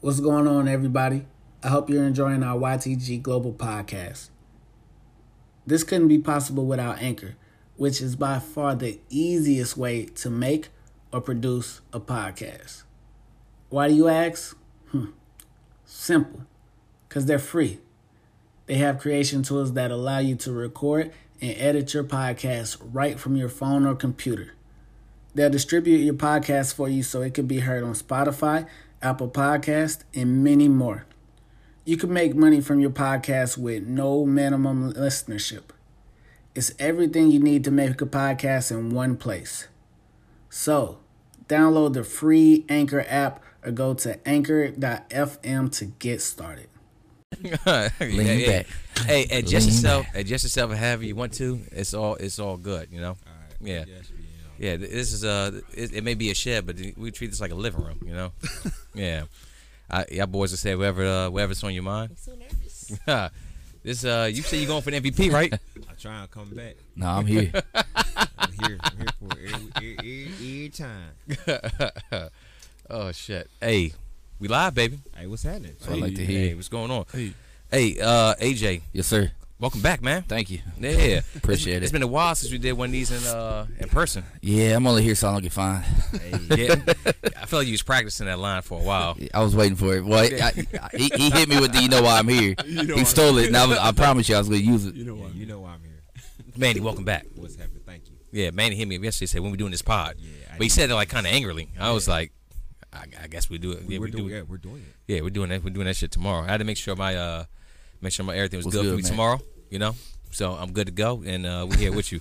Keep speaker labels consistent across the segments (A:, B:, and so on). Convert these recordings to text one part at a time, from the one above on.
A: What's going on, everybody? I hope you're enjoying our YTG Global podcast. This couldn't be possible without Anchor, which is by far the easiest way to make or produce a podcast. Why do you ask? Hmm. Simple, because they're free. They have creation tools that allow you to record and edit your podcast right from your phone or computer. They'll distribute your podcast for you so it can be heard on Spotify, Apple Podcast, and many more. You can make money from your podcast with no minimum listenership. It's everything you need to make a podcast in one place. So, download the free Anchor app or go to anchor.fm to get started.
B: Lean
C: Lean
B: hey,
C: back.
B: Hey, hey, adjust
C: Lean
B: yourself. Adjust yourself however you want to. It's all it's all good, you know. Yeah.
D: Yeah, it should be, you know.
B: Yeah, th- this is uh it, it may be a shed, but we treat this like a living room, you know. yeah. I, y'all boys will say whatever uh, whatever's on your mind. I'm so nervous. this uh you say you're going for the MVP, right?
D: I try and come back.
C: No, I'm here.
D: I'm here. I'm here for it every, every, every, every time.
B: oh shit. Hey, we live, baby.
D: Hey, what's happening?
C: I like to hear.
B: Hey,
C: it.
B: what's going on? Hey, uh AJ,
C: Yes, sir.
B: welcome back, man.
C: Thank you.
B: Yeah.
C: Appreciate
B: It's
C: it.
B: been a while since we did one of these in uh in person.
C: Yeah, I'm only here so I don't get fined.
B: Yeah, I feel like you was practicing that line for a while.
C: I was waiting for it. Well, I, I- he, he hit me with the "you know why I'm here." he stole it, and I, was, I promise you, I was gonna use it.
D: You know why? you know why I'm here.
B: Manny, welcome back.
D: What's happening? Thank you.
B: Yeah, Manny hit me up yesterday. Said when we doing this pod,
D: Yeah, I
B: but he said it like kind of angrily. I was like, I, I guess we do it. Yeah,
D: we're
B: we do.
D: doing.
B: it.
D: Yeah, we're doing it.
B: Yeah, we're doing that. We're doing that shit tomorrow. I had to make sure my uh, make sure my everything was
C: What's
B: good, for
C: good,
B: me
C: man?
B: tomorrow. You know, so I'm good to go, and uh, we're here with you,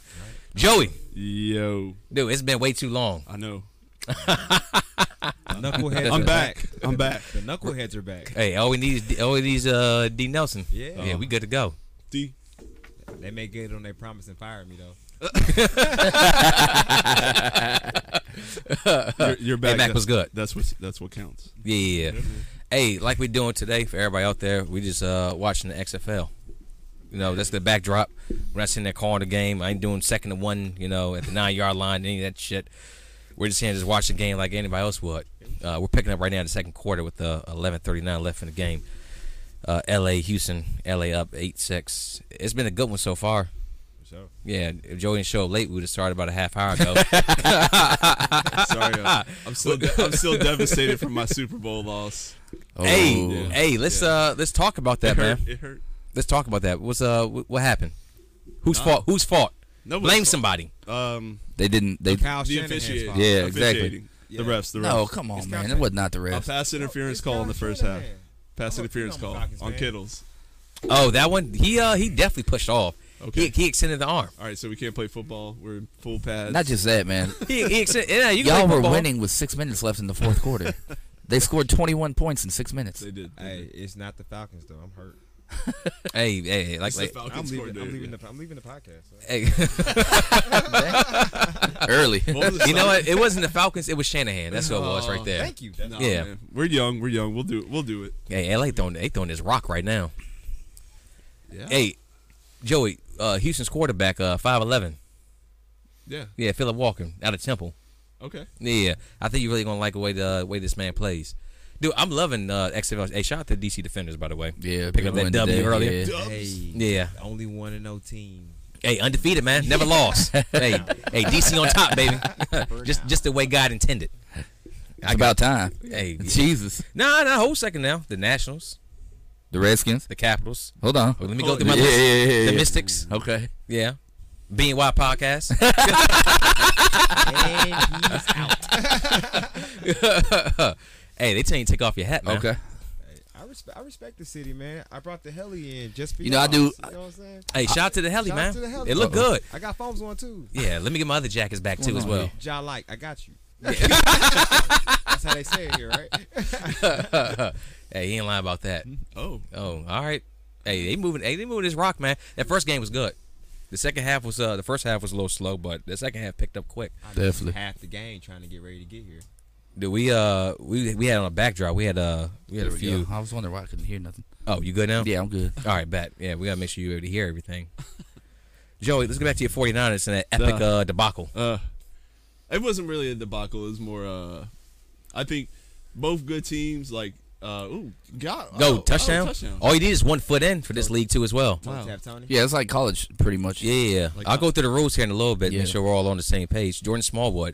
B: Joey.
E: Yo,
B: Dude, it's been way too long.
E: I know.
D: Knuckleheads.
E: I'm
D: are
E: back. I'm back.
D: The knuckleheads are back.
B: Hey, all we need is D, all we need is uh, D Nelson.
D: Yeah.
B: yeah, we good to go.
E: D.
D: They may get on their promise and fire me though.
E: You're, you're back.
B: Mac was good.
E: That's what. That's what counts.
B: Yeah, yeah. yeah. Hey, like we're doing today for everybody out there, we just uh watching the XFL. You know, that's the backdrop. We're not sitting there calling the game. I ain't doing second and one, you know, at the nine yard line, any of that shit. We're just here to just watch the game like anybody else would. Uh, we're picking up right now in the second quarter with uh, 11:39 left in the game. Uh, L.A. Houston, L.A. up eight six. It's been a good one so far.
D: So
B: Yeah, if Joey didn't show up late, we would have started about a half hour ago.
E: Sorry, uh, I'm still. De- I'm still devastated from my Super Bowl loss.
C: Oh,
B: hey,
C: yeah.
B: hey, let's uh let's talk about that,
E: it
B: man.
E: hurt. It hurt.
B: Let's talk about that. What's uh wh- what happened? Whose fault? Whose fault?
E: Nobody's
B: Blame
E: fault.
B: somebody.
E: Um,
C: they didn't. They
D: Kyle
E: the
D: Shanahan's
E: officiating.
D: fault.
C: Yeah, exactly.
E: Officiating.
D: Yeah.
E: The refs. The refs.
C: no, come on, man. That was not the
E: A
C: rest.
E: pass interference
D: it's
E: call in
D: Kyle
E: the first half.
D: Shanahan.
E: Pass
D: I'm a-
E: interference
D: I'm a
E: call
D: Falcons
E: on
D: fan.
E: Kittle's.
B: Oh, that one. He uh he definitely pushed off. He,
E: Okay.
B: he extended the arm.
E: All right, so we can't play football. We're in full pads.
C: Not just that, man.
B: He, he extended. Yeah, you can
C: Y'all
B: play
C: were
B: football.
C: winning with six minutes left in the fourth quarter. they scored 21 points in six minutes.
E: They did. They
D: Hey,
E: did.
D: it's not the Falcons though. I'm hurt.
B: Hey, hey, hey, like,
E: It's the
B: like
E: Falcons
D: I'm leaving.
E: coordinator,
D: I'm leaving
E: yeah.
D: the. I'm leaving the podcast. man.
B: hey,
C: Early.
E: What was the
B: you know
E: song?
B: what? It wasn't the Falcons. It was Shanahan. That's what it was right there.
D: Oh, Thank you.
E: Nah,
B: Yeah.
E: man. We're young. We're young. We'll do it. We'll do it.
B: Hey, LA throwing they throwing this rock right now.
E: Yeah.
B: Hey, Joey, uh, Houston's quarterback, uh, five eleven.
E: Yeah.
B: Yeah, Philip Walker out of Temple.
E: Okay.
B: Yeah, I think you're really gonna like the way the way this man plays, dude. I'm loving uh, XFL. Hey, shout out to DC Defenders by the way.
C: Yeah,
B: pick up
C: big
B: that W
C: win today,
B: earlier.
C: yeah.
E: Dubs.
D: Hey,
B: Yeah.
D: only one and no team.
B: Hey, undefeated man, never lost. hey, hey, DC on top, baby. just just the way God intended.
C: It's about time.
B: Hey,
C: Jesus.
B: no, no, hold second now. The Nationals,
C: The Redskins.
B: the Capitals.
C: Hold on.
B: Well, let me
E: Oh,
B: go through my
C: yeah,
B: list.
C: yeah, yeah, yeah,
B: the
C: yeah.
B: Mystics.
C: Okay.
B: Yeah. BNY podcast.
D: and he's out.
B: hey, they tell you to take off your hat, man.
C: Okay.
D: I respect, I respect the city, man. I brought the heli in just for
C: You know, I do-
D: You know what I'm saying?
B: Hey, shout out to the heli,
D: Shout out
B: man.
D: to the heli.
B: It looked
C: Uh-oh.
B: good.
D: I got foams on too.
B: Yeah, let me get my other jackets back too as
C: What's going on
B: well.
C: here?
D: Jai like, I got you. That's how they say it here, right?
B: hey, he ain't lying about that.
E: Oh.
B: Oh, all right. Hey, they moving. Hey, they moving this rock, man. That first game was good. The second half was uh, the first half was a little slow, but the second half picked up quick.
D: I missed
C: Definitely.
D: Half the game trying to get ready to get here.
B: Dude, we uh we we had on a backdrop. We had uh we had
C: There
B: a
C: we
B: few.
C: go. I was wondering why I couldn't hear nothing.
B: Oh, you good now?
C: Yeah, I'm good.
B: All right, bet. Yeah, we gotta make sure you able to hear everything. Joey, let's get back to your 49ers and that epic
E: Nah.
B: uh, debacle.
E: Uh, it wasn't really a debacle. It was more. Uh, I think both good teams like Uh, ooh, God,
B: Go
E: oh,
B: touchdown.
E: Oh, touchdown.
B: All you need is one foot in for
C: Oh.
B: this league too as well.
E: Wow.
D: Tap Tony.
C: Yeah, it's like college, pretty much.
B: Yeah, yeah.
E: Like-
B: I'll go through the rules here in a little bit.
C: Yeah.
B: Make sure we're all on the same page. Jordan Smallwood.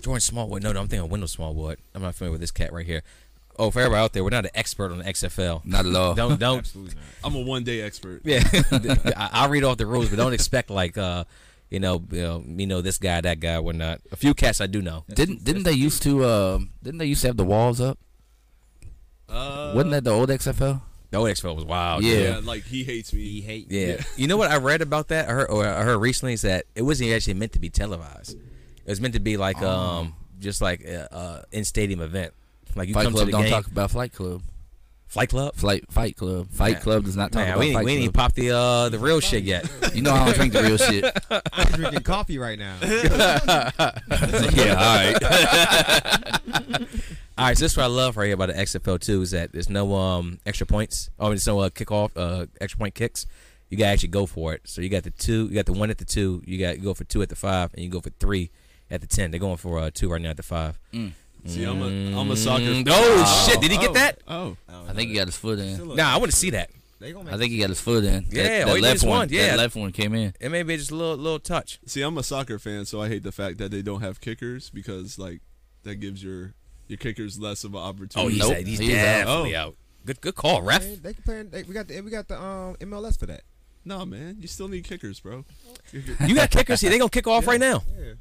B: Jordan Smallwood. No, no, I'm thinking of Wendell Smallwood. I'm not familiar with this cat right here. Oh, for everybody out there, we're not an expert on the XFL.
C: Not at all.
B: Don't don't.
E: I'm a one day expert.
B: yeah, I, I'll read off the rules, but don't expect like uh, you know, you know, me know this guy, that guy, whatnot. A few cats I do know.
C: Didn't didn't they used to um didn't they used to have the walls up?
E: Uh,
C: Wasn't that the old XFL?
B: The old XFL was wild.
C: Yeah.
E: yeah. like he hates me.
D: He hate.
B: Yeah. You know what I read about that? I heard, or I heard recently is that it wasn't actually meant to be televised. It was meant to be
C: Oh.
B: like um just like a, uh in stadium event. Like you
C: Fight
B: come
C: Club
B: to the
C: don't
B: game,
C: talk about Flight Club.
B: Flight Club.
C: Flight Fight Club. Fight
B: Man.
C: Club does not talk
B: Man,
C: about
B: we ain't,
C: Fight
B: we ain't even
C: Club.
B: popped the uh the real shit yet.
C: you know I don't drink the real shit.
D: I'm drinking coffee right now.
C: yeah, all right.
B: All right, so this is what I love right here about the XFL too is that there's no um extra points. Oh, there's no uh, kickoff uh extra point kicks. You gotta actually go for it. So you got the two, you got the one at the two, you got you go for two at the five, and you go for three at the ten. They're going for uh, two right now at the five.
E: See, I'm a I'm a soccer.
B: Mm, oh, shit! Did he get that?
E: Oh,
C: I think he got his foot in.
B: Nah, I want to see that.
D: They gonna make.
C: I think he got his foot in. That-
B: Yeah, all
C: that,
B: he did
C: left
B: was
C: one.
B: one, yeah.
C: That left one came in.
B: It may be just a little little touch.
E: see, I'm a soccer fan, so I hate the fact that they don't have kickers because like that gives your your kickers less of an opportunity.
B: Oh, he's,
C: Nope.
B: out. Oh. he's,
C: He's out.
B: definitely out. Good good call, ref.
D: They, they can play. They, we got the we got the um MLS for that.
E: No, man, you still need kickers, bro.
B: You got kickers here. They gonna kick off right now.
D: Yeah.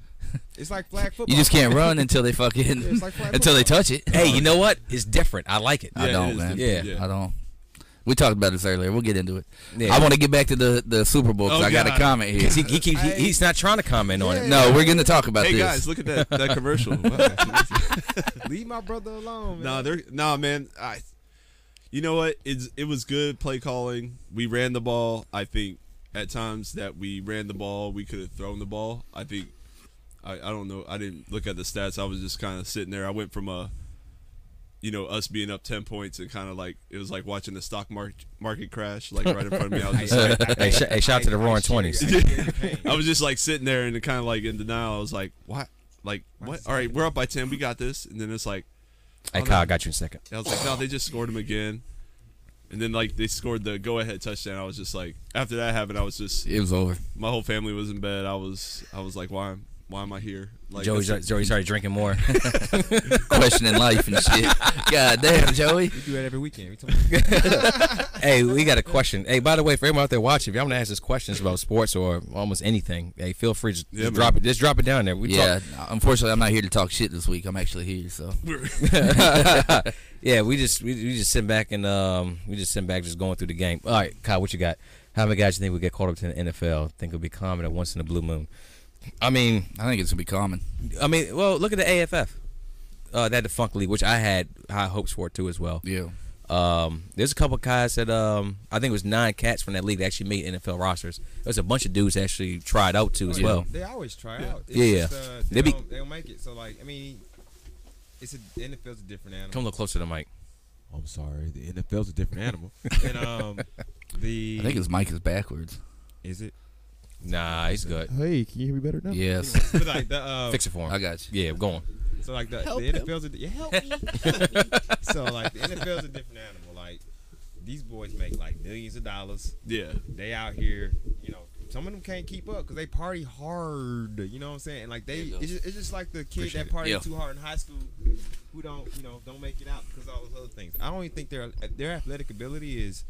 D: It's like flag football.
C: You just can't run until they fucking
D: Yeah, it's like flag
C: until they
D: football.
C: touch it.
B: Hey, you know what? It's different. I like it.
C: I
E: Yeah,
C: don't,
E: it is
C: man.
E: different,
B: Yeah.
C: I don't. We talked about this earlier. We'll get into it.
B: Yeah.
C: I want to get back to the, the Super Bowl because
E: Oh,
C: I got a
E: God.
C: comment here.
B: 'Cause He, he keeps, he, he's not trying to comment on it.
C: No, we're going to talk about
E: Hey
C: this.
E: guys, look at that that commercial. Wow.
D: leave my brother alone. Man.
E: Nah, they're nah, man. I, you know what? It's it was good play calling. We ran the ball. I think at times that we ran the ball, we could have thrown the ball. I think I, I don't know. I didn't look at the stats. I was just kind of sitting there. I went from a, you know, us being up ten points and kind of like it was like watching the stock market market crash like right in front of me. I was just like,
B: Hey, sh- hey, shout out to the
D: I- I
B: Roaring
D: share
B: Twenties.
D: your- I share your pain.
E: I was just like sitting there and kind of like in denial. I was like, what? Like what? All right, we're up by ten. We got this. And then it's like.
B: Hey, Kyle, I got you in a second.
E: And I was like, no, they just scored him again. And then like they scored the go ahead touchdown. I was just like, after that happened, I was just
C: It was over.
E: my whole family was in bed. I was I was like, why am why am I here? Like
B: Joey's,
E: that's-
B: Joey's already drinking more.
C: Questioning life and shit. God damn, Joey.
D: We do that every weekend. We talking about
B: hey, we got a question. Hey, by the way, for everyone out there watching, if y'all want to ask us questions about sports or almost anything, hey, feel free to just
E: Yeah, man.
B: drop it. Just drop it down there. We
C: Yeah, unfortunately, I'm not here to talk shit this week. I'm actually here, so
B: talk. yeah, we just we, we just sit back and um we just sit back just going through the game. All right, Kyle, what you got? How many guys you think would get called up to the NFL? Think it'll be common at once in a blue moon? I mean,
C: I think it's gonna be common.
B: I mean, well, look at the AFF. Uh, that defunct league, which I had high hopes for too as well.
C: Yeah,
B: Um, there's a couple guys that um, I think it was nine cats from that league that actually made NFL rosters. There's a bunch of dudes that actually tried out too as
D: Oh, yeah.
B: well.
D: They always try out. It's
B: Yeah,
D: just,
B: yeah.
D: uh,
B: They
D: they,
B: be-
D: don't, they don't make it. So like, I mean, it's a the NFL's a different animal.
B: Come a little closer to the mic.
D: I'm sorry, the NFL's a different animal. and um, the
C: I think his mic is backwards.
D: is it?
B: Nah, Ah, he's good.
F: Hey, can you hear me better now?
C: Yes,
D: But like the uh,
B: Fix it for him.
C: I got you.
B: Yeah, go on.
D: so like the,
F: Help
D: the
F: him.
D: NFL's a di- yeah, help me. help me. so like the NFL's a different animal. Like these boys make like millions of dollars.
E: yeah.
D: they out here, you know, some of them can't keep up because they party hard. You know what I'm saying? And like they,
C: Yeah,
D: it's just, it's just like the kid
C: Appreciate
D: that
C: it.
D: party
C: Yeah.
D: too hard in high school, who don't, you know, don't make it out because all those other things. I don't even think their their athletic ability is.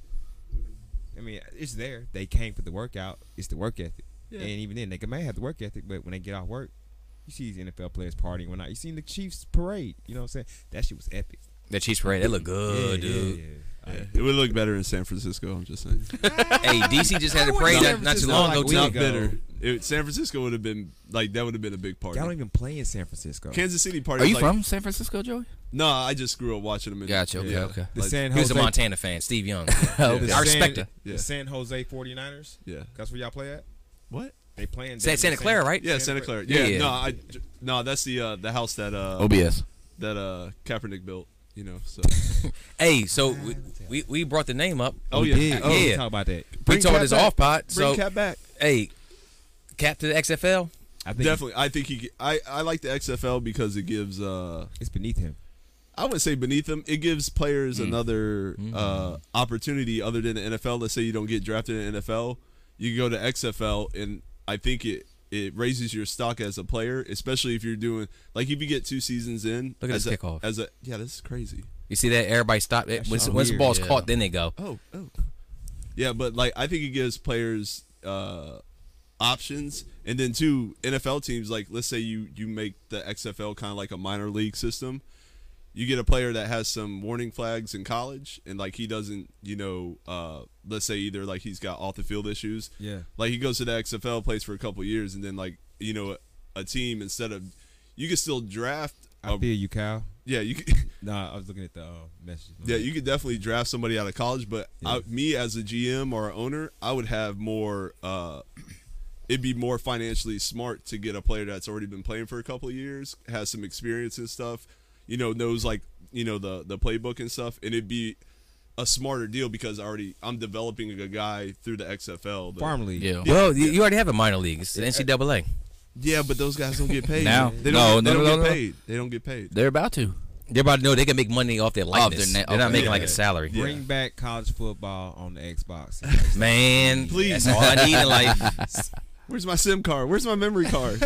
D: I mean, it's there. They came for the workout. It's the work ethic,
E: Yeah.
D: and even then, they may have the work ethic, but when they get off work, you see these NFL players partying when I. You seen the Chiefs parade. You know what I'm saying? That shit was epic.
B: That Chiefs parade, they look
C: Uh,
B: good,
D: Yeah, yeah,
B: dude.
D: yeah.
E: It would look better in San Francisco. I'm just saying.
B: Hey, DC just had a parade not,
D: San
B: not too
D: Francisco
B: long
D: like
B: ago.
D: we
B: too.
D: go.
E: Better. It, San Francisco would have been like that would have been a big party.
D: Y'all don't even play in San Francisco.
E: Kansas City party.
C: Are you
E: like,
C: from San Francisco, Joey?
E: No, I just grew up watching them. In,
C: Gotcha, okay,
E: yeah,
C: okay.
D: the
E: like-
D: San
B: He was
D: Jose
B: a Montana fan, Steve Young.
E: okay.
B: I respect
D: San,
B: it.
E: Yeah.
D: The San Jose 49ers.
E: yeah.
D: That's where y'all play at.
E: What?
D: They playing
B: Sa-
D: down
B: Santa
D: in
B: Clara, right?
E: Yeah,
D: Santa
E: Santa Clara.
D: Clara.
E: Yeah.
B: Yeah.
E: No, I j- no, that's the uh, the house that uh
C: OBS.
E: that uh Kaepernick built. You know. So.
B: Hey, so we, we we brought the name up.
E: Oh
D: We
E: yeah.
D: did.
E: Oh,
D: We
B: yeah.
D: Talk about that.
B: We
E: Bring
B: told
E: Cap
B: his
E: back.
B: off pot. So
E: Bring Cap back.
B: hey, cap to the XFL.
D: I think
E: Definitely, I think he. I, I like the XFL because it gives. uh
D: it's beneath him.
E: I would say beneath them. It gives players
B: Mm.
E: another
B: Mm-hmm.
E: uh, opportunity other than the NFL. Let's say you don't get drafted in the NFL, you can go to XFL, and I think it it raises your stock as a player, especially if you're doing like if you get two seasons in.
B: Look at
E: as
B: this
E: a,
B: kickoff.
E: As a yeah, this is crazy.
B: You see that everybody stop it once,
D: shot
B: once the
D: weird,
B: ball's
D: yeah.
B: caught, then they go.
E: Oh, oh. Yeah, but like I think it gives players uh options and then two NFL teams like let's say you you make the XFL kind of like a minor league system. You get a player that has some warning flags in college and like he doesn't, you know, uh let's say either like he's got off the field issues.
D: Yeah.
E: Like he goes to the XFL plays for a couple years and then like, you know, a, a team instead of you can still draft
D: I
E: a,
D: feel you, Kyle.
E: yeah, you can,
D: Nah, I was looking at the uh, messages.
E: yeah, you could definitely draft somebody out of college, but I, me as a GM or owner, I would have more. Uh, it'd be more financially smart to get a player that's already been playing for a couple of years, has some experience and stuff. You know, knows like you know the the playbook and stuff, and it'd be a smarter deal because I already I'm developing a guy through the XFL. the-
D: farm league.
C: Yeah.
B: Well, you, you already have a minor league. It's the NCAA.
E: Yeah, but those guys don't get paid.
C: Now.
E: they
C: No,
E: don't,
C: no,
E: they don't
C: no,
E: get
C: no, no.
E: paid. They don't get paid.
C: They're about to.
B: They about know they can make money off their
C: Off their
B: likeness.
C: na-
B: They're not
C: okay.
B: making
E: Yeah.
B: like a salary.
E: Yeah.
D: Bring back college football on the Xbox.
B: Man,
E: Please.
B: that's all I need in life.
E: Where's my SIM card? Where's my memory card?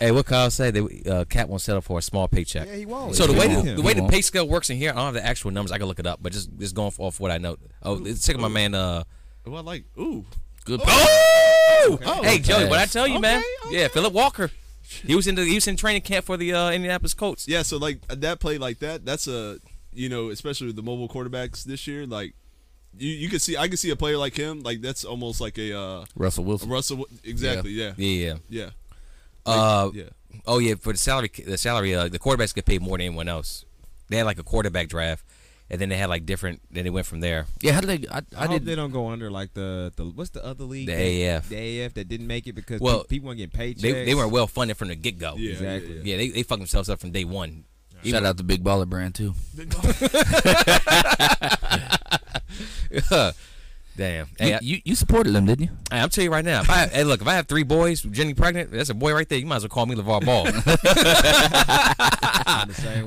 B: hey, what Kyle say? That uh, Cap won't settle for a small paycheck.
D: yeah, he won't.
B: So the
D: He
B: way
D: won't.
B: the, the way the
C: won't.
B: pay scale works in here, I don't have the actual numbers. I can look it up, but just just going off what I know. Oh, it's taking my man. Uh,
E: well, I like ooh.
C: Good.
B: oh,
E: Oh,
B: hey Joey, what I
C: pass.
B: tell you, man?
E: Okay,
B: Yeah, Philip Walker. He was in the he was in training camp for the uh, Indianapolis Colts.
E: Yeah, so like that play like that, that's a you know, especially with the mobile quarterbacks this year, like you you could see I could see a player like him, like that's almost like a uh
C: Russell
E: a
C: Wilson.
E: Russell exactly, yeah. Yeah.
B: Yeah.
E: Yeah.
B: Uh,
E: yeah.
B: Oh yeah, for the salary, the salary, uh, the quarterbacks get paid more than anyone else. They had like a quarterback draft, and then they had like different. Then they went from there.
C: Yeah, how did they? I,
D: I,
C: I
D: hope they
C: did.
E: uh,
D: don't go under like the, the what's the other league?
B: The
D: that-
B: AAF.
D: The AAF that didn't make it because
B: Well,
D: pe- people weren't getting paid.
B: They, they weren't well funded from the get go.
E: Yeah,
D: Exactly.
E: yeah,
B: yeah, they they fucked themselves up from day one.
C: Shout out to Big Baller Brand too.
B: Damn. Hey,
C: You,
B: I,
C: you you supported them, didn't you?
B: hey, I'm telling you right now. If I, hey, look, if I have three boys, Jenny pregnant, that's a boy right there. You might as well call me LeVar Ball. I'm
D: I'm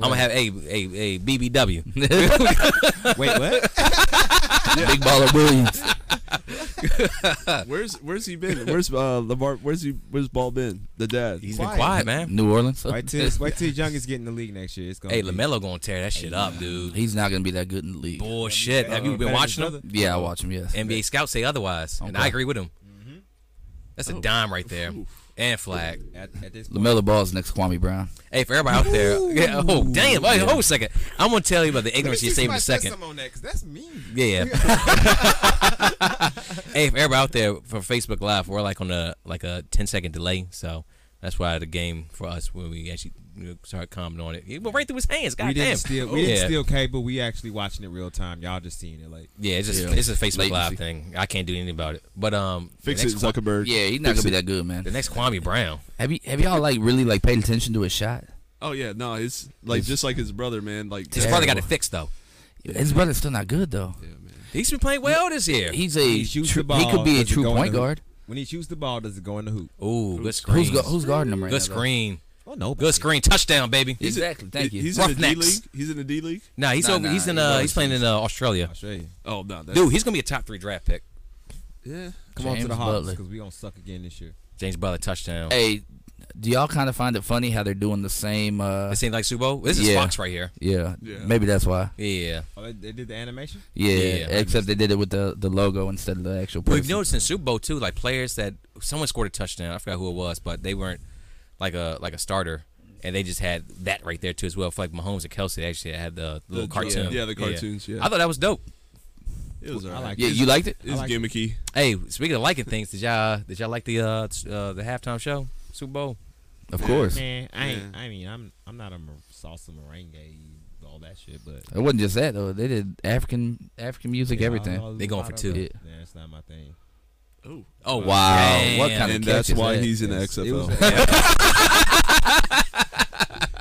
B: gonna have a a a BBW.
D: Wait, what?
C: Big Baller Williams.
E: Where's where's he been? Where's uh Lamar where's he where's Ball been? The dad.
B: He's
D: Quiet.
B: been quiet, man.
C: New Orleans.
D: wait till wait till youngest get in the league next year. It's gonna
B: Hey,
D: be-
B: Lamelo gonna tear that shit up, dude.
C: He's not gonna be that good in the league.
B: Bullshit. Have
D: Uh,
B: you been
D: better
B: watching
D: than
B: him?
D: his
C: Yeah, I watch him. Yes.
B: NBA scouts say otherwise, and I
C: Okay.
B: agree with him.
D: Mm-hmm.
B: That's
D: Oh.
B: a dime right there, and flag.
D: brother. At, at this point,
C: Lamelo Ball's next to Kwame Brown.
B: Hey, for everybody out there, yeah, oh damn! Wait, hold a second. I'm gonna tell you about the ignorance you saved in a second.
D: On that, 'cause that's mean.
B: Yeah. hey, if everybody out there for Facebook Live, we're like on a like a 10 second delay, so that's why the game for us when we actually you know, started commenting on it, it went right through his hands.
D: we
B: God
D: didn't
B: damn.
D: steal. We didn't
B: Oh, yeah.
D: steal cable. We actually watching it real time. Y'all just seeing it like.
B: Yeah, it's just
C: Yeah.
B: it's a Facebook Live
C: Latency.
B: thing. I can't do anything about it. But um,
E: Fix
B: the
E: it,
B: next Kwa-
E: Zuckerberg.
C: Yeah, he's not
E: Fix
C: gonna be
E: it.
C: that good, man.
B: the next Kwame Brown.
C: Have you have y'all like really like paid attention to his shot?
E: Oh yeah, no, it's like just like his brother, man. Like
B: His
C: Terrible.
B: brother got it fixed though.
C: His brother's still not good though.
E: yeah, man.
B: He's been playing well this year.
C: He's
D: When he
C: a
D: shoots
C: tru-
D: the ball,
C: he could be a
D: does it
C: true
D: go in
C: point
D: the hoop?
C: guard.
D: When he shoots the ball, does it go in the hoop?
B: Ooh, good screen.
C: Who's go, who's guarding him right
B: good
C: now? though?
B: screen.
D: Oh no,
B: Good screen. Touchdown, baby.
E: He's a-
C: Exactly, thank you.
E: He's in the D
B: Roughnecks.
E: league. He's in the D league.
B: Nah, he's
C: Nah,
B: over. he's
C: nah,
B: in.
C: he
B: Uh,
C: was.
B: he's playing in uh, Australia.
D: I'll show you.
E: Oh no, that's,
B: Dude, he's gonna be a top three draft pick.
E: yeah.
D: Come on to
C: James
D: the Hawks
C: Butler.
D: because we gonna suck again this year.
B: James Butler touchdown.
C: Hey, do y'all kind of find it funny how they're doing the same? Uh,
B: It seems like Subo. This is
C: Yeah.
B: Fox right here.
C: yeah,
E: Yeah.
C: maybe that's why.
B: Yeah.
D: Oh, they, they did the animation.
C: Yeah,
B: Yeah, I
C: except they did it with the, the logo instead of the actual person.
B: We've noticed in Super Bowl too, like players that someone scored a touchdown. I forgot who it was, but they weren't like a like a starter, and they just had that right there too as well. For like Mahomes and Kelsey, they actually had the, little
E: The-
B: cartoon.
E: yeah, the cartoons, yeah.
B: I thought that was dope.
E: It was alright.
D: like
C: Yeah, you liked it?
E: it's
D: like it.
E: gimmicky.
B: Hey, speaking of liking things, did y'all did y'all like the uh, t- uh the halftime show Super Bowl?
C: Of course.
D: Man, I ain't,
E: Yeah.
D: I mean, I'm I'm not a mer- salsa merengue, all that shit, but
C: It wasn't just that though. They did African African music, everything.
B: They going for two.
D: Yeah,
C: Yeah.
D: that's not my thing.
E: Oh.
B: Oh
C: Wow, what
B: damn.
C: kind of
E: And
C: catch
E: that's
C: is
E: why
C: that?
E: he's in the
D: It was-
E: XFL.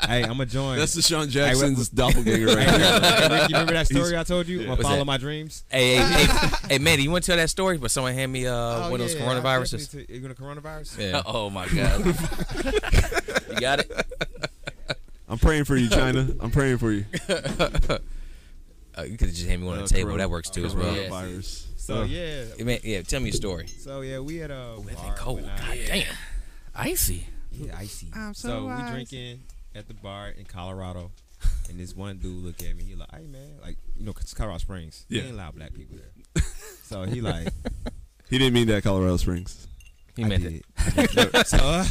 D: hey, I'm a join.
E: That's Deshaun
D: Hey, what-
E: Jackson's doppelganger right
D: Hey,
E: there.
D: Rick, you remember that story
E: He's-
D: I told you? I'm
E: yeah.
D: gonna
B: What's
D: follow
B: that?
D: my dreams.
B: Hey, hey, hey, hey, Manny, you want to tell that story? But someone hand me
C: Oh,
B: uh, one of those coronaviruses.
D: You gonna
E: Oh,
D: coronavirus?
B: Yeah.
C: Oh my god. you got it?
E: I'm praying for you, China. I'm praying for you.
B: Uh, you could have just hand me one on
E: Uh,
B: the table.
E: corona-
B: that works too as well.
E: coronavirus.
B: Yeah.
D: So
E: Uh,
D: yeah,
B: Man, yeah, tell me a story.
D: so yeah, we had a
B: Ooh, that
D: bar
B: thing cold.
D: when I-
B: God damn.
C: Icy.
B: Yeah, icy.
D: so, we drinking at the bar in Colorado, and this one dude look at me. He like, "Hey man, like you know, 'cause it's Colorado Springs. Yeah,
E: Yeah.
D: ain't a lot of black people there." so he like,
E: He didn't mean that, Colorado Springs.
B: He
D: I
B: meant
D: did.
B: it.
D: so
E: I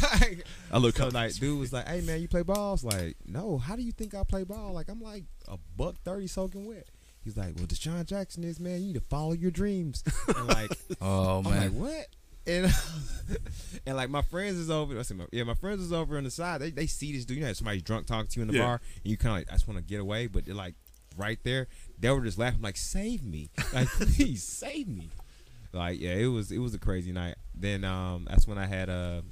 E: look
D: so
E: up.
D: like, dude was like, "Hey man, you play ball?" I was like, "No. How do you think I play ball? Like I'm like a buck thirty soaking wet." He's like, "Well, Deshaun Jackson is man. You need to follow your dreams." And like,
C: Oh
D: I'm like,
C: man.
D: what? And and like my friends is over. I said, my, yeah, my friends is over on the side. They, they see this dude. You know, somebody's drunk talking to you in the
E: Yeah.
D: bar, and you kind of like, I just want to get away, but they're like right there. They were just laughing, like, save me, like please save me. Like yeah, it was it was a crazy night. Then um, that's when I had uh,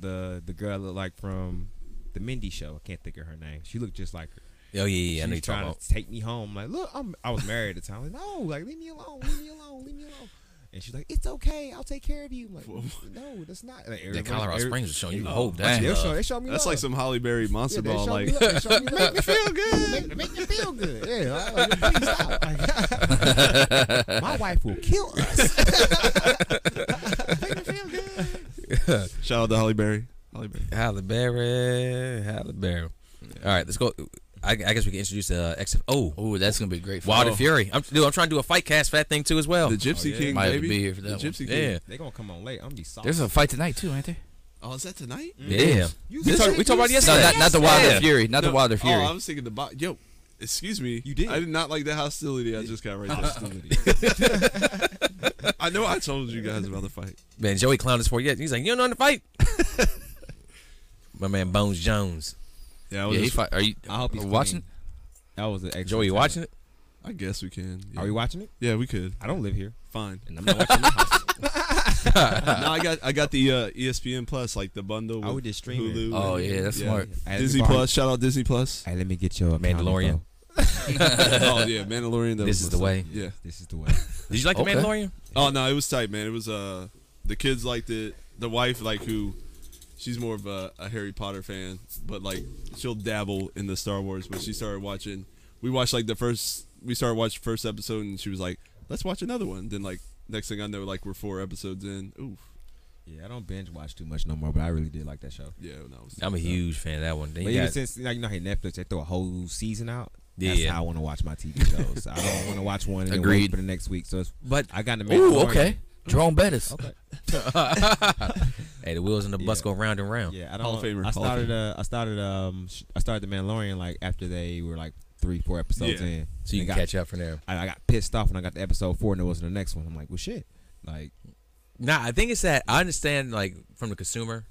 D: the the girl that looked like from the Mindy show. I can't think of her name. She looked just like her.
B: Oh yeah, yeah, yeah. I know
D: She
B: you're
D: was
B: talking
D: trying
B: about.
D: to take me home. Like, look, I'm I was married at the time. Like, no, like leave me alone, leave me alone, leave me alone. And she's like, it's okay, I'll take care of you. I'm like, no, that's not. Like,
B: Yeah,
D: everybody-
B: Colorado
D: every-
B: Springs is showing you
E: Oh,
B: hope.
D: They
B: That's
D: show,
B: love.
D: they show me
E: That's
D: love.
E: like some Holly Berry
D: yeah,
E: monster
D: they
E: ball.
D: show
E: Like,
D: me love. They show me, make me feel good. Make, make me feel good. Yeah, I- I- please stop. Like, my wife will kill us. make me feel good.
E: shout out to Holly Berry. Holly Berry.
B: Halle Berry, Halle Berry. All right, let's go. I, I guess we can introduce uh, XF. Oh,
C: Oh, that's gonna be great. for-
B: Wild
C: Oh,
B: and Fury. I'm, dude, I'm trying to do a fight cast for that thing too as well.
E: The Gypsy
D: yeah.
E: King,
C: Might have to
E: baby.
C: be here for
E: the
C: that one.
E: Gypsy King.
B: yeah,
D: They gonna come on late. I'm gonna be soft.
C: There's a fight tonight too, ain't there?
E: Oh, is that tonight?
B: yeah.
D: you
B: We
D: said-
B: talked we talked about it
D: you
C: No,
B: yesterday.
C: not, not Mm. the Wilder
B: Yeah.
C: Fury. Not the
E: No,
C: Wilder Fury.
E: Oh, I was thinking the bo- yo. Excuse me.
D: You did.
E: I did not like that hostility I just got right there. I know I told you guys about the fight.
B: Man, Joey clowned us for yet. He's like, you don't know how to fight. My man Bones Jones.
E: Yeah, Oh, I, was
C: yeah, he
E: just-
C: fight. Are you
D: I hope he's
C: watching?
D: That was an excellent.
B: Joey, you watching it?
E: I guess we can. Yeah.
D: Are we watching it?
E: yeah, we could.
D: I don't live here.
E: Fine.
D: And I'm not watching it.
E: no, I got I got the uh, ESPN Plus like the bundle. With
D: I would just stream it.
E: Hulu.
C: Oh yeah, that's
E: Yeah.
C: smart.
D: Hey,
E: Disney
D: let me borrow-
E: Plus. Shout out Disney Plus.
D: Hey, let me get your
B: Mandalorian.
D: Mandalorian.
E: oh yeah, Mandalorian. That
B: This
E: was
B: is the
E: my
B: way.
E: stuff. Yeah.
D: This is the way.
B: Did you like
C: Okay.
B: the Mandalorian?
E: Oh no, it was tight, man. It was uh the kids liked it. The wife like who she's more of a, a Harry Potter fan, but like she'll dabble in the Star Wars, but she started watching we watched like the first we started watching first episode and she was like, Let's watch another one. Then like next thing I know, like we're four episodes in. Oof.
D: yeah, I don't binge watch too much no more, but I really did like that show.
E: Yeah, no. it was-
B: I'm a huge fan of that one. Then
D: But
B: you
D: even
B: got-
D: since like, you know, hey, Netflix, they throw a whole season out. That's
B: Yeah.
D: how I want to watch my TV shows. I don't want to watch one and then wait
C: Agreed.
D: for the next week. So it's,
B: but
D: I got the
C: Ooh,
D: Mandalorian.
C: okay. Jerome Bettis.
D: Okay.
B: hey, the wheels and the bus
D: Yeah.
B: go round and round.
D: Yeah, I don't.
E: Hall of Famer,
D: I
E: Hall of
D: started. Uh, I started. Um, sh- I started the Mandalorian like after they were like three, four episodes
E: Yeah.
D: in.
B: So you
D: And
B: can
D: got,
B: catch up from there.
D: I, I got pissed off when I got to episode four and it wasn't the next one. I'm like, well, shit. Like,
B: Nah, I think it's that I understand like from the consumer,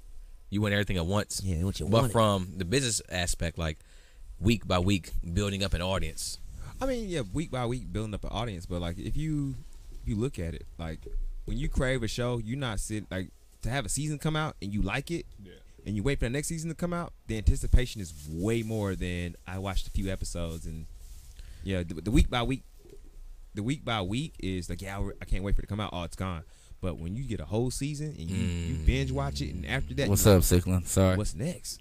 B: you want everything at once.
D: yeah, what you
B: but from the business aspect, like week by week, building up an audience.
D: I mean, yeah, week by week building up an audience, but like if you if you look at it, like when you crave a show, you not sit like to have a season come out and you like it,
E: Yeah.
D: and you wait for the next season to come out. The anticipation is way more than I watched a few episodes, and yeah, the, the week by week, the week by week is like yeah, I I can't wait for it to come out. Oh, it's gone. But when you get a whole season and you, you binge watch it, and after that,
C: What's
D: you're
C: up, Sicklin?
D: like,
C: Sorry. What's,
D: What's next?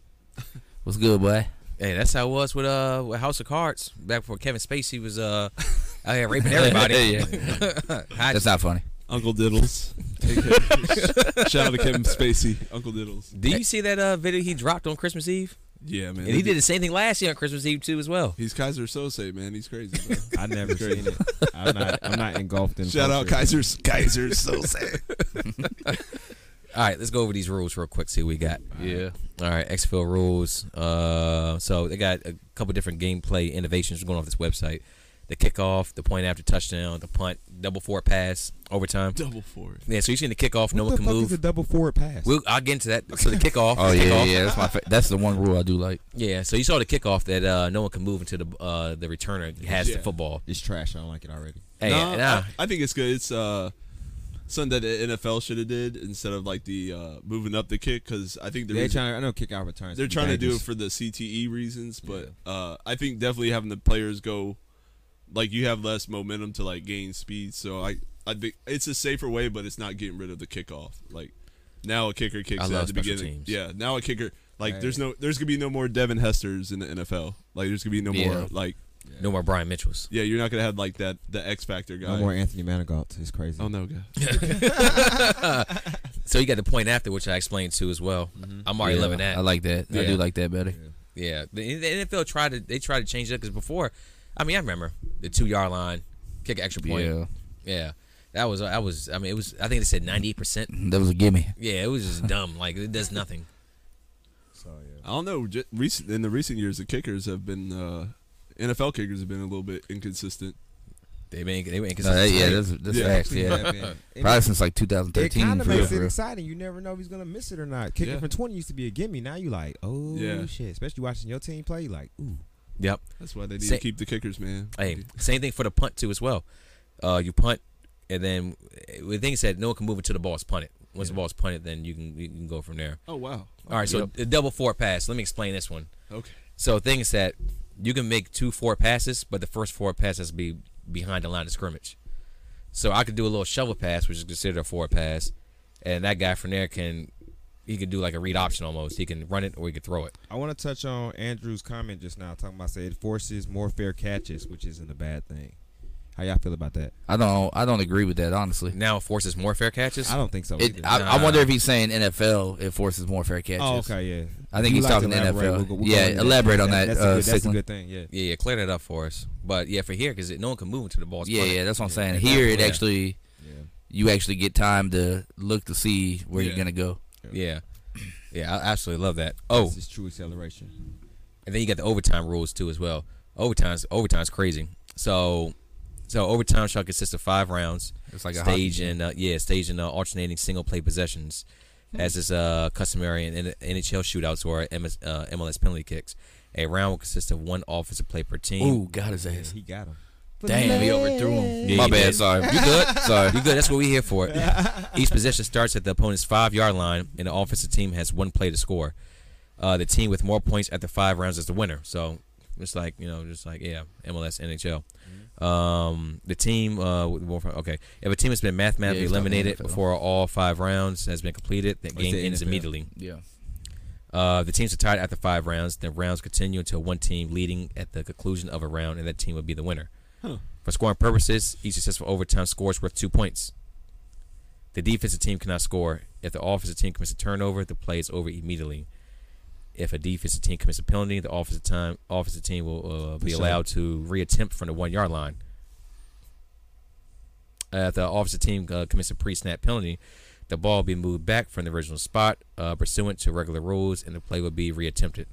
C: good, boy?
B: Hey, that's how it was with uh with House of Cards back before Kevin Spacey was uh out here raping everybody.
C: Yeah.
B: Hide-
C: That's not funny.
E: Uncle Diddles. AKA. Shout out to Kevin Spacey, Uncle Diddles.
B: Do you see that uh video he dropped on Christmas Eve?
E: Yeah, man.
B: And he did the same thing last year on Christmas Eve too as well.
E: He's Kaiser Sose, man. He's crazy. bro.
D: I never
E: Great.
D: seen it. I'm not. I'm not engulfed in.
E: Shout out
D: culture.
E: Kaiser Kaiser Sose.
B: All right, let's go over these rules real quick. See what we got.
C: Yeah.
B: All right, XFL rules. Uh, so they got a couple different gameplay innovations going off this website. The kickoff, the point after touchdown, the punt, double forward pass, overtime.
E: Double four.
B: Yeah, so you're seeing the kickoff. no
D: what
B: one
D: the
B: can
D: fuck is a
B: move.
D: double forward pass?
B: We'll, I'll get into that. So the kickoff.
C: Oh
B: the
C: yeah, yeah,
B: kickoff.
C: yeah. That's my. Fa- that's the one rule I do like.
B: Yeah, so you saw the kickoff that uh, no one can move until the uh, the returner has
E: Yeah.
B: the football.
D: it's trash. I don't like it already.
B: Hey,
E: No,
B: and, uh,
E: I, I think it's good. It's uh, something that the NFL should have did instead of like the uh, moving up the kick because I think the
D: They're
E: reason-
D: trying. I know kick out returns.
E: they're
D: be
E: trying to do it
D: dangerous.
E: for the CTE reasons, but uh, I think definitely having the players go like you have less momentum to like gain speed. So I I think it's a safer way, but it's not getting rid of the kickoff. Like now a kicker kicks
B: I
E: it
B: love
E: at the
B: special
E: beginning.
B: teams.
E: Yeah, now a kicker Like there's no there's gonna be no more Devin Hester's in the NFL. Like there's gonna be no
C: Yeah.
E: more like
B: No more Brian Mitchells.
E: yeah you're not gonna have like that the X Factor guy.
D: No more Anthony Manigault. It's crazy.
E: Oh no, God.
B: So you got the point after, which I explained too as well. I'm already
C: Yeah,
B: loving that.
C: I like that. I
B: Yeah.
C: do like that better.
B: Yeah, the, the NFL tried to they tried to change that because before, I mean, I remember the two yard line kick an extra point.
C: Yeah.
B: yeah, that was I was I mean it was I think they said ninety eight percent.
C: That was a gimme.
B: Yeah, it was just dumb. Like it does nothing.
D: So yeah.
E: I don't know. ju- Recent in the recent years, the kickers have been uh, NFL kickers have been a little bit inconsistent.
B: They been they were
C: No, that,
B: inconsistent.
C: Uh, yeah, that's that's
E: Yeah.
C: facts. Yeah, probably since like
D: It
C: 2013.
D: kind of
C: for real,
D: makes
C: for
D: it
C: real.
D: exciting. You never know if he's gonna miss it or not. Kicking
E: Yeah.
D: from twenty used to be a gimme. Now you like, oh
E: Yeah.
D: shit. Especially watching your team play, you like, ooh,
B: Yep.
E: That's why they need
B: Sa-
E: to keep the kickers, man.
B: Hey, same thing for the punt too as well. Uh, you punt, and then uh, the thing said no one can move until the ball's punted. Once the ball's punted, then you can you can go from there.
E: Oh wow.
B: All right, so the double four pass. Let me explain this one.
E: Okay.
B: So the thing is that you can make two four passes, but the first four passes has to be behind the line of scrimmage. So I could do a little shovel pass, which is considered a forward pass, and that guy from there can he can do like a read option almost. He can run it or he can throw it.
D: I want to touch on Andrew's comment just now, talking about say it forces more fair catches, which isn't a bad thing. How y'all feel about that?
C: I don't I don't agree with that honestly.
B: Now it forces more fair catches.
D: I don't think so.
C: It,
D: either.
C: I, I
B: Nah.
C: wonder if he's saying NFL it forces more fair catches.
D: oh, okay, yeah.
C: I think
D: You
C: he's
D: like to
C: talking NFL.
D: elaborate, we'll go- we'll go
C: yeah,
D: into that.
C: elaborate on that.
D: That's, a,
C: uh,
D: good, that's a
C: Sicklin.
D: good thing. Yeah.
B: Yeah, yeah, clear that up for us. But yeah, for here, because no one can move until the ball's
C: Yeah,
B: punted.
C: yeah, that's what I'm saying. Here it
B: Yeah.
C: actually
D: yeah.
C: you actually get time to look to see where you're
E: Yeah.
C: gonna go.
B: yeah, yeah. I absolutely love that. Oh,
D: This is true acceleration.
B: and then you got the overtime rules too as well. Overtime's overtime's crazy. So, so overtime shall consist of five rounds.
C: It's like a hockey
B: stage and uh, yeah, stage and uh, alternating single play possessions, as is uh, customary in N- NHL shootouts or MS, uh, MLS penalty kicks. A round will consist of one offensive play per team.
C: Ooh, got his ass.
D: He got him.
C: Damn, he overthrew him.
B: Yeah,
C: My
B: he
C: bad.
B: did.
C: Sorry.
B: You good? Sorry. You good? That's what we're here for. Each possession starts at the opponent's five yard line, and the offensive team has one play to score. Uh, the team with more points after five rounds is the winner. So it's like you know, just like yeah, MLS, NHL. Um, the team uh, with more okay. If a team has been mathematically
C: Yeah, he's talking
B: eliminated
C: NFL.
B: before all five rounds has been completed, the
D: he
B: game
D: said
B: ends
D: NFL.
B: immediately.
C: Yeah.
B: Uh, the teams are tied after five rounds. The rounds continue until one team leading at the conclusion of a round, and that team would be the winner. For scoring purposes, each successful overtime score is worth two points. The defensive team cannot score. If the offensive team commits a turnover, the play is over immediately. If a defensive team commits a penalty, the offensive time offensive team will uh, be
D: Push up.
B: allowed to reattempt from the one yard line. Uh, if the offensive team uh, commits a pre-snap penalty, the ball will be moved back from the original spot uh, pursuant to regular rules, and the play will be reattempted.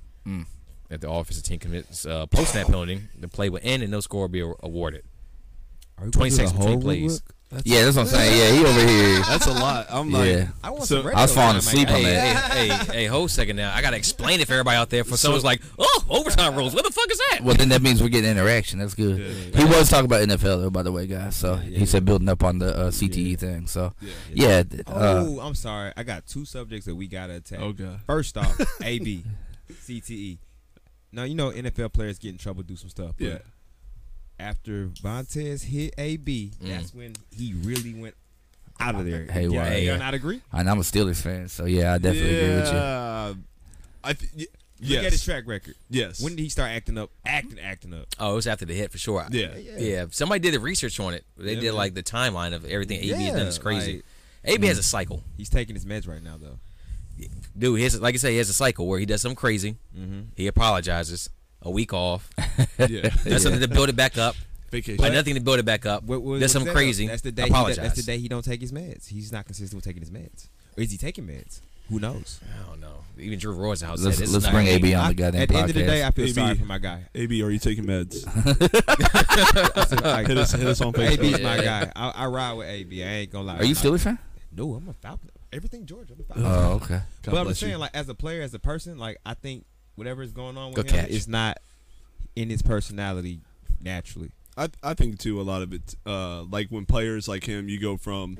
B: If the offensive team commits uh, post-snap penalty, the play will end and no score will be awarded.
D: Are we
B: 20
D: gonna do the
B: seconds
D: whole
B: between plays.
D: rulebook?
C: Yeah, that's what I'm saying. Yeah, he over here.
E: That's a lot. I'm
C: Yeah.
E: like,
D: I want
E: So-
D: some
C: I was falling
D: radio time,
C: asleep
D: I
C: on
B: Hey,
D: guess.
C: that.
B: hey, hey, hey, hold a second now. I gotta explain it for everybody out there. For someone's like, oh, overtime rules. What the fuck is that?
C: Well, then that means we're getting interaction. That's good. He was talking about NFL though, by the way, guys. So he said building up on the uh, CTE thing. So yeah, th- uh,
D: Oh, I'm sorry. I got two subjects that we gotta attack.
E: oh god.
D: First off, AB, CTE. E. Now you know NFL players get in trouble, do some stuff. but
E: Yeah.
D: After Vontez hit AB,
E: Mm.
D: that's when he really went out of there.
C: Hey,
D: Y'all-
C: wow.
D: y'all
B: Yeah.
D: not agree?
C: and I'm a Steelers fan, so yeah, I definitely agree with you.
E: yeah. I th- y-
D: Look at his
E: yes.
D: track record.
E: Yes.
D: When did he start acting up? Acting, acting up.
B: Oh, it was after the hit for sure.
E: Yeah.
B: yeah. Somebody did the research on it. They
D: Yeah,
B: did
D: man.
B: like the timeline of everything AB has done.
D: Yeah,
B: It's crazy.
D: like-
B: AB has a cycle,
D: He's taking his meds right now, though.
B: dude. He has, like I say, he has a cycle where he does something crazy. He apologizes. A week off.
E: yeah.
B: Does something to build it back up.
E: Vacation.
B: But nothing to build it back up.
D: What- what-
B: does
D: what's
B: something
D: that?
B: crazy.
D: That's the day. he-
B: Apologize.
D: that's the day he don't take his meds. He's not consistent with taking his meds. Or is he taking meds? Who knows?
B: I don't know. Even Drew Roy's out.
C: Let's- let's bring AB on.
D: I-
C: the goddamn
D: at the end of the
C: podcast.
D: day, I feel
E: AB.
D: sorry for my guy.
E: AB, are you taking meds?
D: Like,
E: hit us, hit us on Facebook.
D: AB's my guy. I, I ride with AB. I ain't gonna lie.
C: Are you
D: I'm not-
C: Steelers fan?
D: No, I'm a Falcon. Everything Georgia. I'm a Falcon.
C: Oh, okay.
E: God
D: but I'm
E: bless
D: just
E: you.
D: saying, like, as a player, as a person, like, I think whatever is going on with
B: Good
D: him
B: catch.
D: is not in his personality naturally.
E: I, I think too a lot of it uh, like when players like him you go from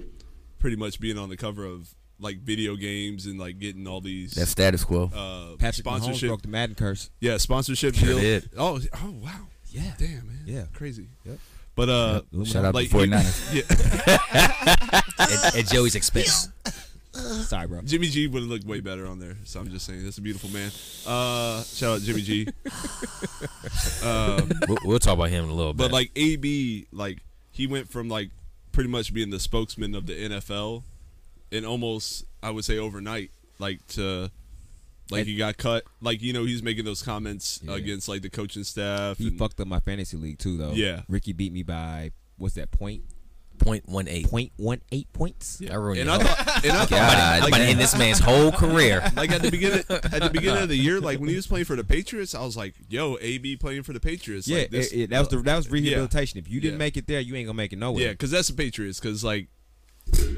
E: pretty much being on the cover of like video games and like getting all these
C: That's status quo.
D: Oh,
E: uh,
D: Patrick Mahomes
E: sponsorship
D: broke the Madden curse.
E: yeah sponsorship
B: Sure
E: deal
B: did.
E: oh oh wow
D: Yeah.
E: damn man
D: Yeah.
E: crazy
D: Yep.
E: but uh
D: Yep.
C: Shout out
E: like
C: to 49ers.
E: yeah
B: at, at Joey's expense.
D: Sorry, bro.
E: Jimmy G would have looked way better on there. So I'm just saying, that's a beautiful man. Uh, shout out Jimmy G. um,
B: We'll, we'll talk about him in a little bit.
E: but like AB, like he went from like pretty much being the spokesman of the NFL, and almost I would say overnight, like to like he got cut. Like you know he's making those comments
D: Yeah.
E: against like the coaching staff.
D: He
E: and-
D: fucked up my fantasy league too, though.
E: Mm-hmm. Yeah.
D: Ricky beat me by what's that point?
B: point one eight.
D: Point one eight points.
E: Yeah.
B: I ruined
E: and
B: your
E: I
B: whole-
E: thought, and I thought,
B: God,
E: like,
B: I'm about to end this man's whole career.
E: like at the beginning at the beginning of the year, like when he was playing for the Patriots, I was like, "Yo, AB playing for the Patriots."
D: Yeah,
E: like this,
D: it- it- that was the that was rehabilitation. If you didn't
E: Yeah.
D: make it there, you ain't gonna make it nowhere.
E: yeah, because that's the Patriots. Because like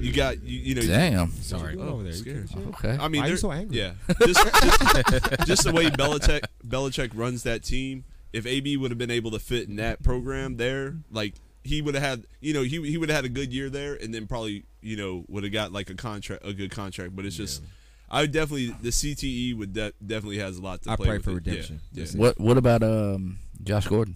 E: you got you, you know.
C: Damn.
B: Sorry.
D: Go over there. You
E: scared.
D: can't-
C: Okay.
E: Oh, I mean,
D: Why are you
E: they're-
D: so angry?
E: Yeah, just, just, just the way Belichick Belichick runs that team. If AB would have been able to fit in that program there, like he would have had, you know, he he would have had a good year there, and then probably you know would have got like a contract, a good contract. But it's just, I would definitely the CTE would de- definitely has a lot to
D: I
E: play
D: pray
E: with
D: for
E: it.
D: redemption.
E: Yeah, yeah.
D: That's it.
C: What What about um Josh Gordon?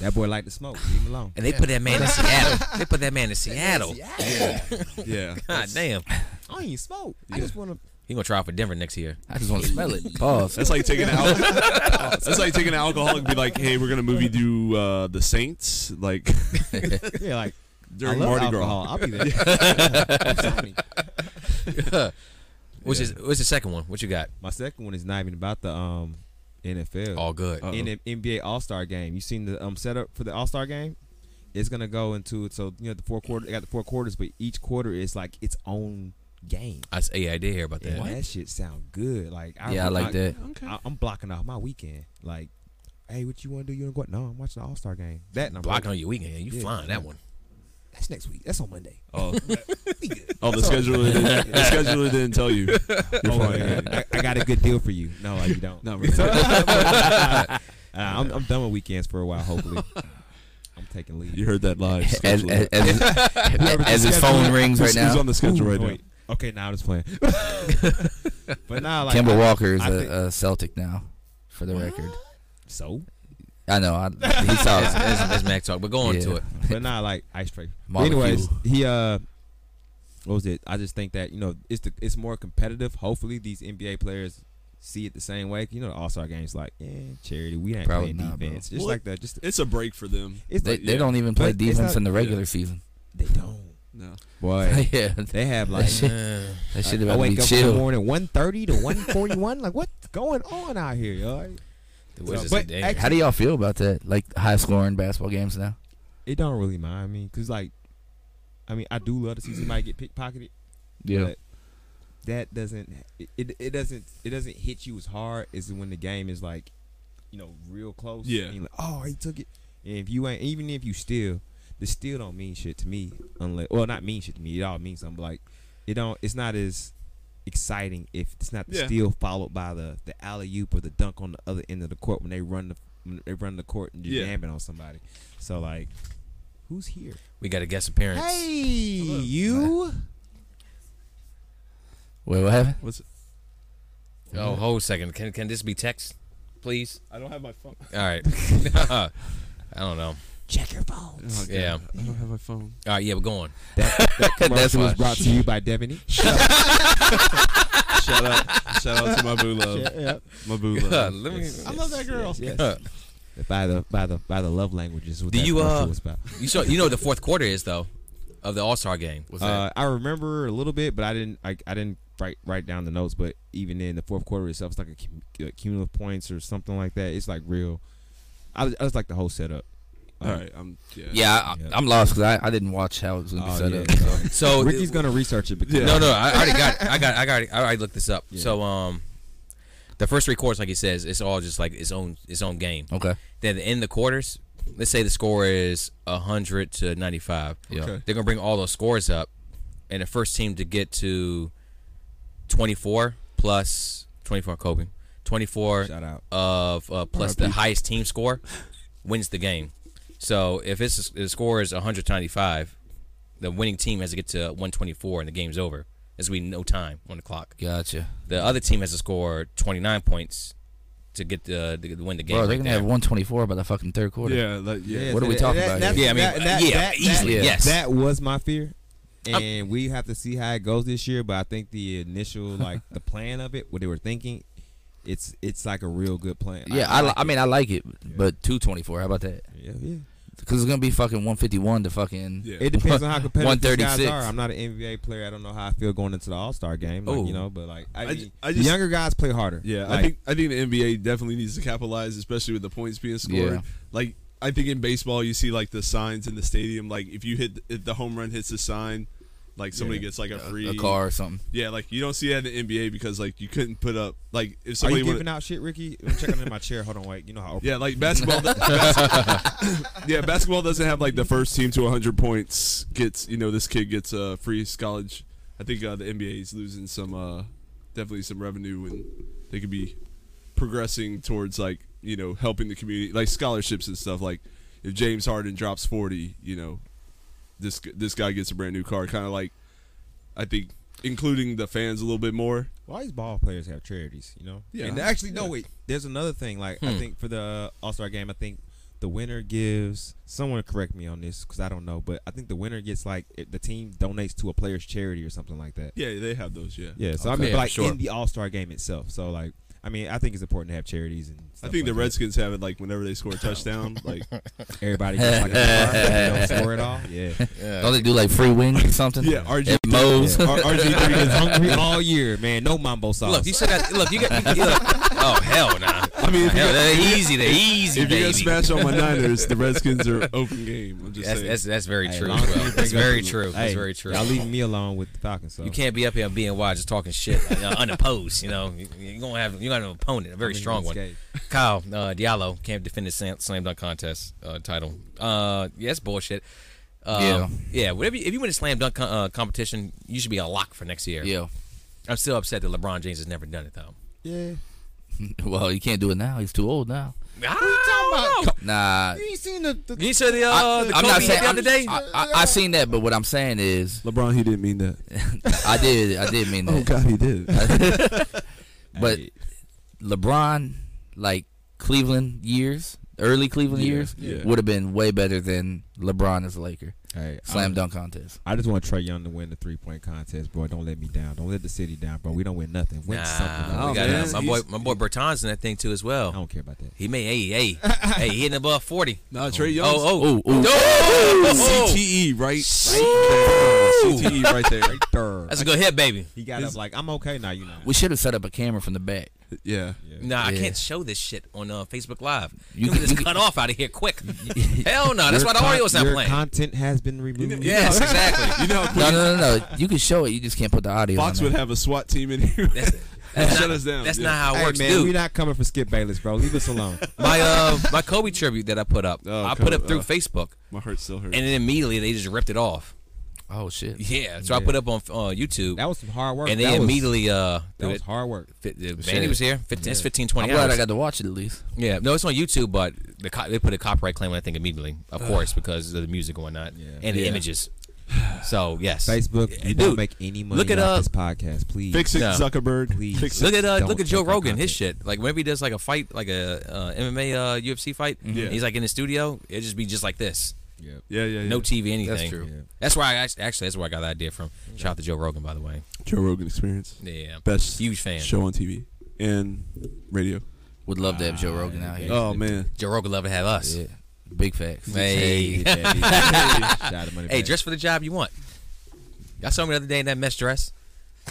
D: That boy like to smoke. Leave him alone.
B: And they put that man in Seattle. They put that man in Seattle.
E: Yeah.
B: God damn.
D: I ain't smoke. I
E: Yeah.
D: just wanna.
B: He gonna try out for Denver next year.
C: I just want to smell it. Pause.
E: That's like taking an al- That's like taking an alcoholic and be like, "Hey, we're gonna move you to uh, the Saints." Like
D: Yeah, like
E: during
D: I love
E: Mardi
D: alcohol.
E: Gras.
D: I'll be there. I'm signing.
B: What's his, what's the second one? What you got?
D: My second one is not even about the um NFL.
B: All good.
E: Uh,
D: in the NBA All Star game. You seen the um setup for the All Star game? It's gonna go into it. So you know the four quarter. They got the four quarters, but each quarter is like its own game.
B: I s- yeah, I did hear about that.
D: And that shit sound good. Like I,
C: Yeah, I like that.
E: Okay.
D: I, am blocking off my weekend. Like, hey, what you want to do? You want to go? No, I'm watching the All Star game. That and I'm
B: Blocking on your weekend. You
D: Yeah.
B: flying that one.
D: That's next week. That's on Monday.
E: Oh, oh the scheduler, didn't, the scheduler didn't tell you.
D: Oh, yeah. I, I got a good deal for you. No, like, you don't.
E: Not really.
D: Uh, I'm, I'm done with weekends for a while. Hopefully, I'm taking leave.
E: You heard that live.
C: As,
E: Scheduler.
C: as, as, as his phone rings right
E: Who's- who's
C: now,
E: on the schedule right now?
D: Wait. Okay, now nah, I'm just playing. but now, nah, like
C: Kemba
D: I-
C: Walker is
D: I think-
C: a, a Celtic now, for the record.
D: So,
C: I know. I, he saw
B: That's,
C: us.
B: that's, that's Mac talk. But go on to
C: Yeah.
B: it.
D: but now, nah, like ice tray. But
C: Molecule.
D: Anyways, he uh, what was it? I just think that you know it's the it's more competitive. Hopefully, these NBA players see it the same way. You know, the All Star games like yeah, charity. We ain't
C: Probably
D: playing
C: not, bro.
D: defense, just
E: Well,
D: like that. Just
E: It's a break for them.
D: it's
C: They,
D: like,
C: they
E: Yeah.
C: don't even play
D: But it's
C: defense
D: not-
C: in the
E: yeah.
C: regular season.
D: they don't.
E: No.
D: Boy,
C: yeah,
D: they have like.
C: that shit
D: I
C: about to
D: wake
C: be
D: up in the
C: chill.
D: morning, one thirty to one forty one. Like, what's going on out here, y'all?
B: The Wizards
D: But
B: are dangerous.
D: actually-
C: How do y'all feel about that? Like high scoring basketball games now?
D: It don't really mind me, cause like, I mean, I do love to see somebody get pickpocketed. But that doesn't it, it, it doesn't it doesn't hit you as hard as when the game is like, you know, real close.
E: Yeah.
D: And you're like, oh, he took it. And if you ain't, even if you steal, the steal don't mean shit to me unless, well, not mean shit to me. It all means something. but, Like, it don't. It's not as exciting if it's not the
E: Yeah.
D: steal followed by the the alley oop or the dunk on the other end of the court when they run the when they run the court and just
E: Yeah.
D: jamming on somebody. So like, who's here?
B: we got a guest appearance.
D: Hey, you.
C: Wait, what happened?
E: What's it?
B: Oh, hold a second. Can can this be text, please?
E: I don't have my phone.
B: All right. I don't know.
D: Check your phones.
B: Yeah.
E: I don't have my phone.
B: All right. Yeah, we're going.
D: That's was
C: why.
D: brought to you by Devaney.
E: Shout out, shout out to my boo love,
D: yeah.
E: my boo
B: Let
E: love.
B: me.
D: I love that girl. Yes,
B: Huh.
D: By the by the by the love languages. What
B: Do
D: that
B: you,
D: commercial
B: uh,
D: was about.
B: You saw. You know what the fourth quarter is though, of the All Star game.
C: What's
D: Uh, I remember a little bit, but I didn't. I, I didn't write write down the notes. But even in the fourth quarter itself, it's like a, cum- a cumulative points or something like that. It's like real. I was- I just like the whole setup. Um,
E: All right, I'm yeah.
C: yeah, I,
D: yeah.
C: I'm lost because I, I didn't watch how it was gonna be
D: Oh,
C: set
D: yeah.
C: up. So.
B: So
D: Ricky's gonna research it because
B: No, no, I already got, I got, I got, I already looked this up.
D: Yeah.
B: So, um, the first three quarters, like he says, it's all just like its own, its own game.
C: Okay.
B: Then in the quarters, let's say the score is hundred to ninety-five.
C: Yeah.
E: Okay.
B: They're gonna bring all those scores up, and the first team to get to twenty-four plus twenty-four Kobe, twenty-four
D: Shout out.
B: of uh, plus the highest team score wins the game. So if it's the score is 195, the winning team has to get to 124 and the game's over. There's gonna be no time on the clock.
C: Gotcha.
B: The other team has to score 29 points to get the to win the game.
C: Bro, they're
B: right
C: gonna
B: there.
C: have 124 by the fucking third quarter.
E: yeah, like, yeah.
C: What are we talking about
D: that's-
B: here? Yeah, I mean, yeah, easily,
D: that-
B: yes.
D: That was my fear. and we have to see how it goes this year. But I think the initial, like the plan of it, what they were thinking, it's it's like a real good plan.
C: Yeah, I, li- I mean I like it, but two twenty four. How about that?
D: yeah, yeah.
C: Because it's gonna be fucking one fifty one to fucking.
E: Yeah.
D: It depends on how competitive these guys
C: 136.
D: are. I'm not an NBA player. I don't know how I feel going into the All Star game. Like,
C: Ooh.
D: you know, but like I,
E: I
D: mean,
E: ju- I
D: the
E: just-
D: younger guys play harder.
E: Yeah, I
D: Like,
E: think I think the NBA definitely needs to capitalize, especially with the points being scored.
C: Yeah.
E: Like I think in baseball, you see like the signs in the stadium. Like if you hit if the home run hits a sign, like somebody gets like a free
C: A car or something.
E: Yeah, like you don't see that in the NBA because like you couldn't put up like if
D: Are
E: somebody
D: you
E: would-
D: giving out shit, Ricky? I'm checking in my chair. Hold on, wait. You know how?
E: Yeah, like basketball. bas- yeah, basketball doesn't have like the first team to 100 points gets. You know, this kid gets a uh, free college. I think uh, the NBA is losing some, uh, definitely some revenue, and they could be progressing towards like you know helping the community, like scholarships and stuff. Like if James Harden drops 40, you know, this this guy gets a brand new car. Kind of like I think including the fans a little bit more.
D: Why these ball players have charities? You know?
E: Yeah.
D: And actually, no
E: Yeah.
D: wait. There's another thing. Like
B: Hmm.
D: I think for the All Star game, I think the winner gives. Someone correct me on this because I don't know, but I think the winner gets like it- the team donates to a player's charity or something like that.
E: Yeah, they have those. Yeah,
D: Yeah, so I
B: Okay.
D: mean,
B: Yeah,
D: but like
B: sure.
D: in the All Star game itself. So like, I mean, I think it's important to have charities and.
E: I
D: stuff
E: think
D: like
E: the
D: that.
E: Redskins have it like whenever they score a touchdown, like
D: Everybody gets like a car. if they Don't score it all. Yeah.
C: Don't they do like free wings or something?
E: Yeah, RG3.
C: At Moe's.
E: R- RG3
D: It's
E: is
D: hungry all year, man. No mambo sauce.
B: Look, you still got. Look, you got. You look, oh hell nah.
E: I mean, if you
B: Hell,
E: got-
B: they're easy. They're easy,
E: if you're
B: baby.
E: gonna smash on my Niners, the Redskins are open game. I'm just
B: that's,
E: saying.
B: that's that's very
D: Hey,
B: true.
D: long
B: as
D: as you
B: well.
D: bring
B: That's
D: up-
B: very true.
D: Hey,
B: That's very true.
D: Y'all leaving me alone with the Falcons. So.
B: You can't be up here being wild, just talking shit you know, unopposed. You know, You- you're gonna have you're gonna have an opponent, a very
D: mean,
B: strong one.
D: escape.
B: Kyle uh, Diallo can't defend his slam, slam dunk contest uh, title. Uh, yeah, that's bullshit. Um,
C: Yeah.
B: yeah. Whatever. You, if you win a slam dunk co- uh, competition, you should be a lock for next year.
C: Yeah.
B: I'm still upset that LeBron James has never done it though.
D: Yeah.
C: Well, you can't do it now. He's too old now.
B: Ah, no.
C: Nah.
D: You ain't seen the. the
B: You said the uh, the Kobe hit the
C: I'm-
B: other day.
C: I, I, I seen that, but what I'm saying is,
E: LeBron, he didn't mean that. Oh,
C: I did. I did
D: Oh,
C: mean that.
E: God, he did.
C: But
D: Hey.
C: LeBron, like Cleveland years, early Cleveland years,
E: yeah.
C: would have been way better than LeBron as a Laker.
D: hey,
C: Slam
D: I,
C: dunk contest.
D: I just want Trey Young to win the three point contest, bro. Don't let me down. Don't let the city down, bro. We don't win nothing. Win something.
B: Nah,
D: else.
B: we got,
E: man.
B: uh, my boy,
E: He's-
B: my boy Bertans in that thing too as well.
D: I don't care about that.
B: He may, hey, hey, hey, he hitting above forty.
E: Nah, Trey
B: Oh,
E: Young.
B: oh,
C: Ooh, ooh.
E: CTE E, right,
B: Ooh.
E: right there. CTE right there.
D: Third.
B: that's a good hit, baby.
D: He got up like I'm okay now. You know.
C: We should have set up a camera from the back.
E: Yeah.
B: Nah, I
C: Yeah.
B: can't show this shit on uh, Facebook Live. You
C: You can-
B: can just
C: you
B: cut off out of here quick. Hell no, that's
D: Your
B: why the
D: con-
B: audio's not
D: your
B: playing.
D: Content has been removed.
B: yes, exactly.
E: You know, how
C: No,
E: quick
C: no, no, no. You can show it. You just can't put the audio.
E: Fox
C: on
E: would
C: there.
E: have a SWAT team in here.
B: That's, that's
E: Shut
B: not,
E: us down,
B: That's
E: yeah.
B: not how it
D: Hey
B: works,
D: man, we're
B: dude.
D: not coming for Skip Bayless, bro. Leave us alone.
B: My uh, my Kobe tribute that I put up,
E: Oh,
B: I put
E: Kobe,
B: up through
E: uh.
B: Facebook,
E: My heart still hurts.
B: and then immediately they just ripped it off.
C: Oh shit.
B: Yeah, so I
D: Yeah.
B: put up on uh, YouTube,
D: That was some hard work.
B: and they
D: That was-
B: immediately uh,
D: That was hard work.
B: fit- the
C: Shit.
B: Vandy was here. 15, It's 15, 20
C: I'm glad
B: hours.
C: I got to watch it at least.
B: Yeah, no, it's on YouTube, but the co- they put a copyright claim on that thing immediately, of course, because of the music and whatnot,
D: Yeah.
B: and the
C: Yeah.
B: images. So yes,
D: Facebook, you
B: dude,
D: don't make any money
B: look it up.
D: off this podcast, please.
E: Fix it,
B: No.
E: Zuckerberg.
D: Please.
E: Fix it.
B: Look at uh,
D: Don't
B: look at Joe
D: take the
B: Rogan, his
D: content.
B: shit. Like whenever he does like a fight, like a uh, MMA uh, UFC fight,
E: Yeah.
B: he's like in the studio. It just be just like this,
D: Yep.
E: Yeah, yeah, yeah.
B: no TV, anything.
C: true.
D: Yeah.
B: That's where I act- actually that's where I got the idea from. Shout out to Joe Rogan, by the way.
E: Joe Rogan Experience.
B: Yeah,
E: Best
B: huge fan.
E: show on TV and radio.
C: Would love to have Joe Rogan out here.
E: Oh man.
B: Joe Rogan love to have us.
C: Yeah. Big facts.
B: Hey, hey,
D: Shout out to Money Bags.
B: dress for the job you want. Y'all saw me the other day in that mess dress.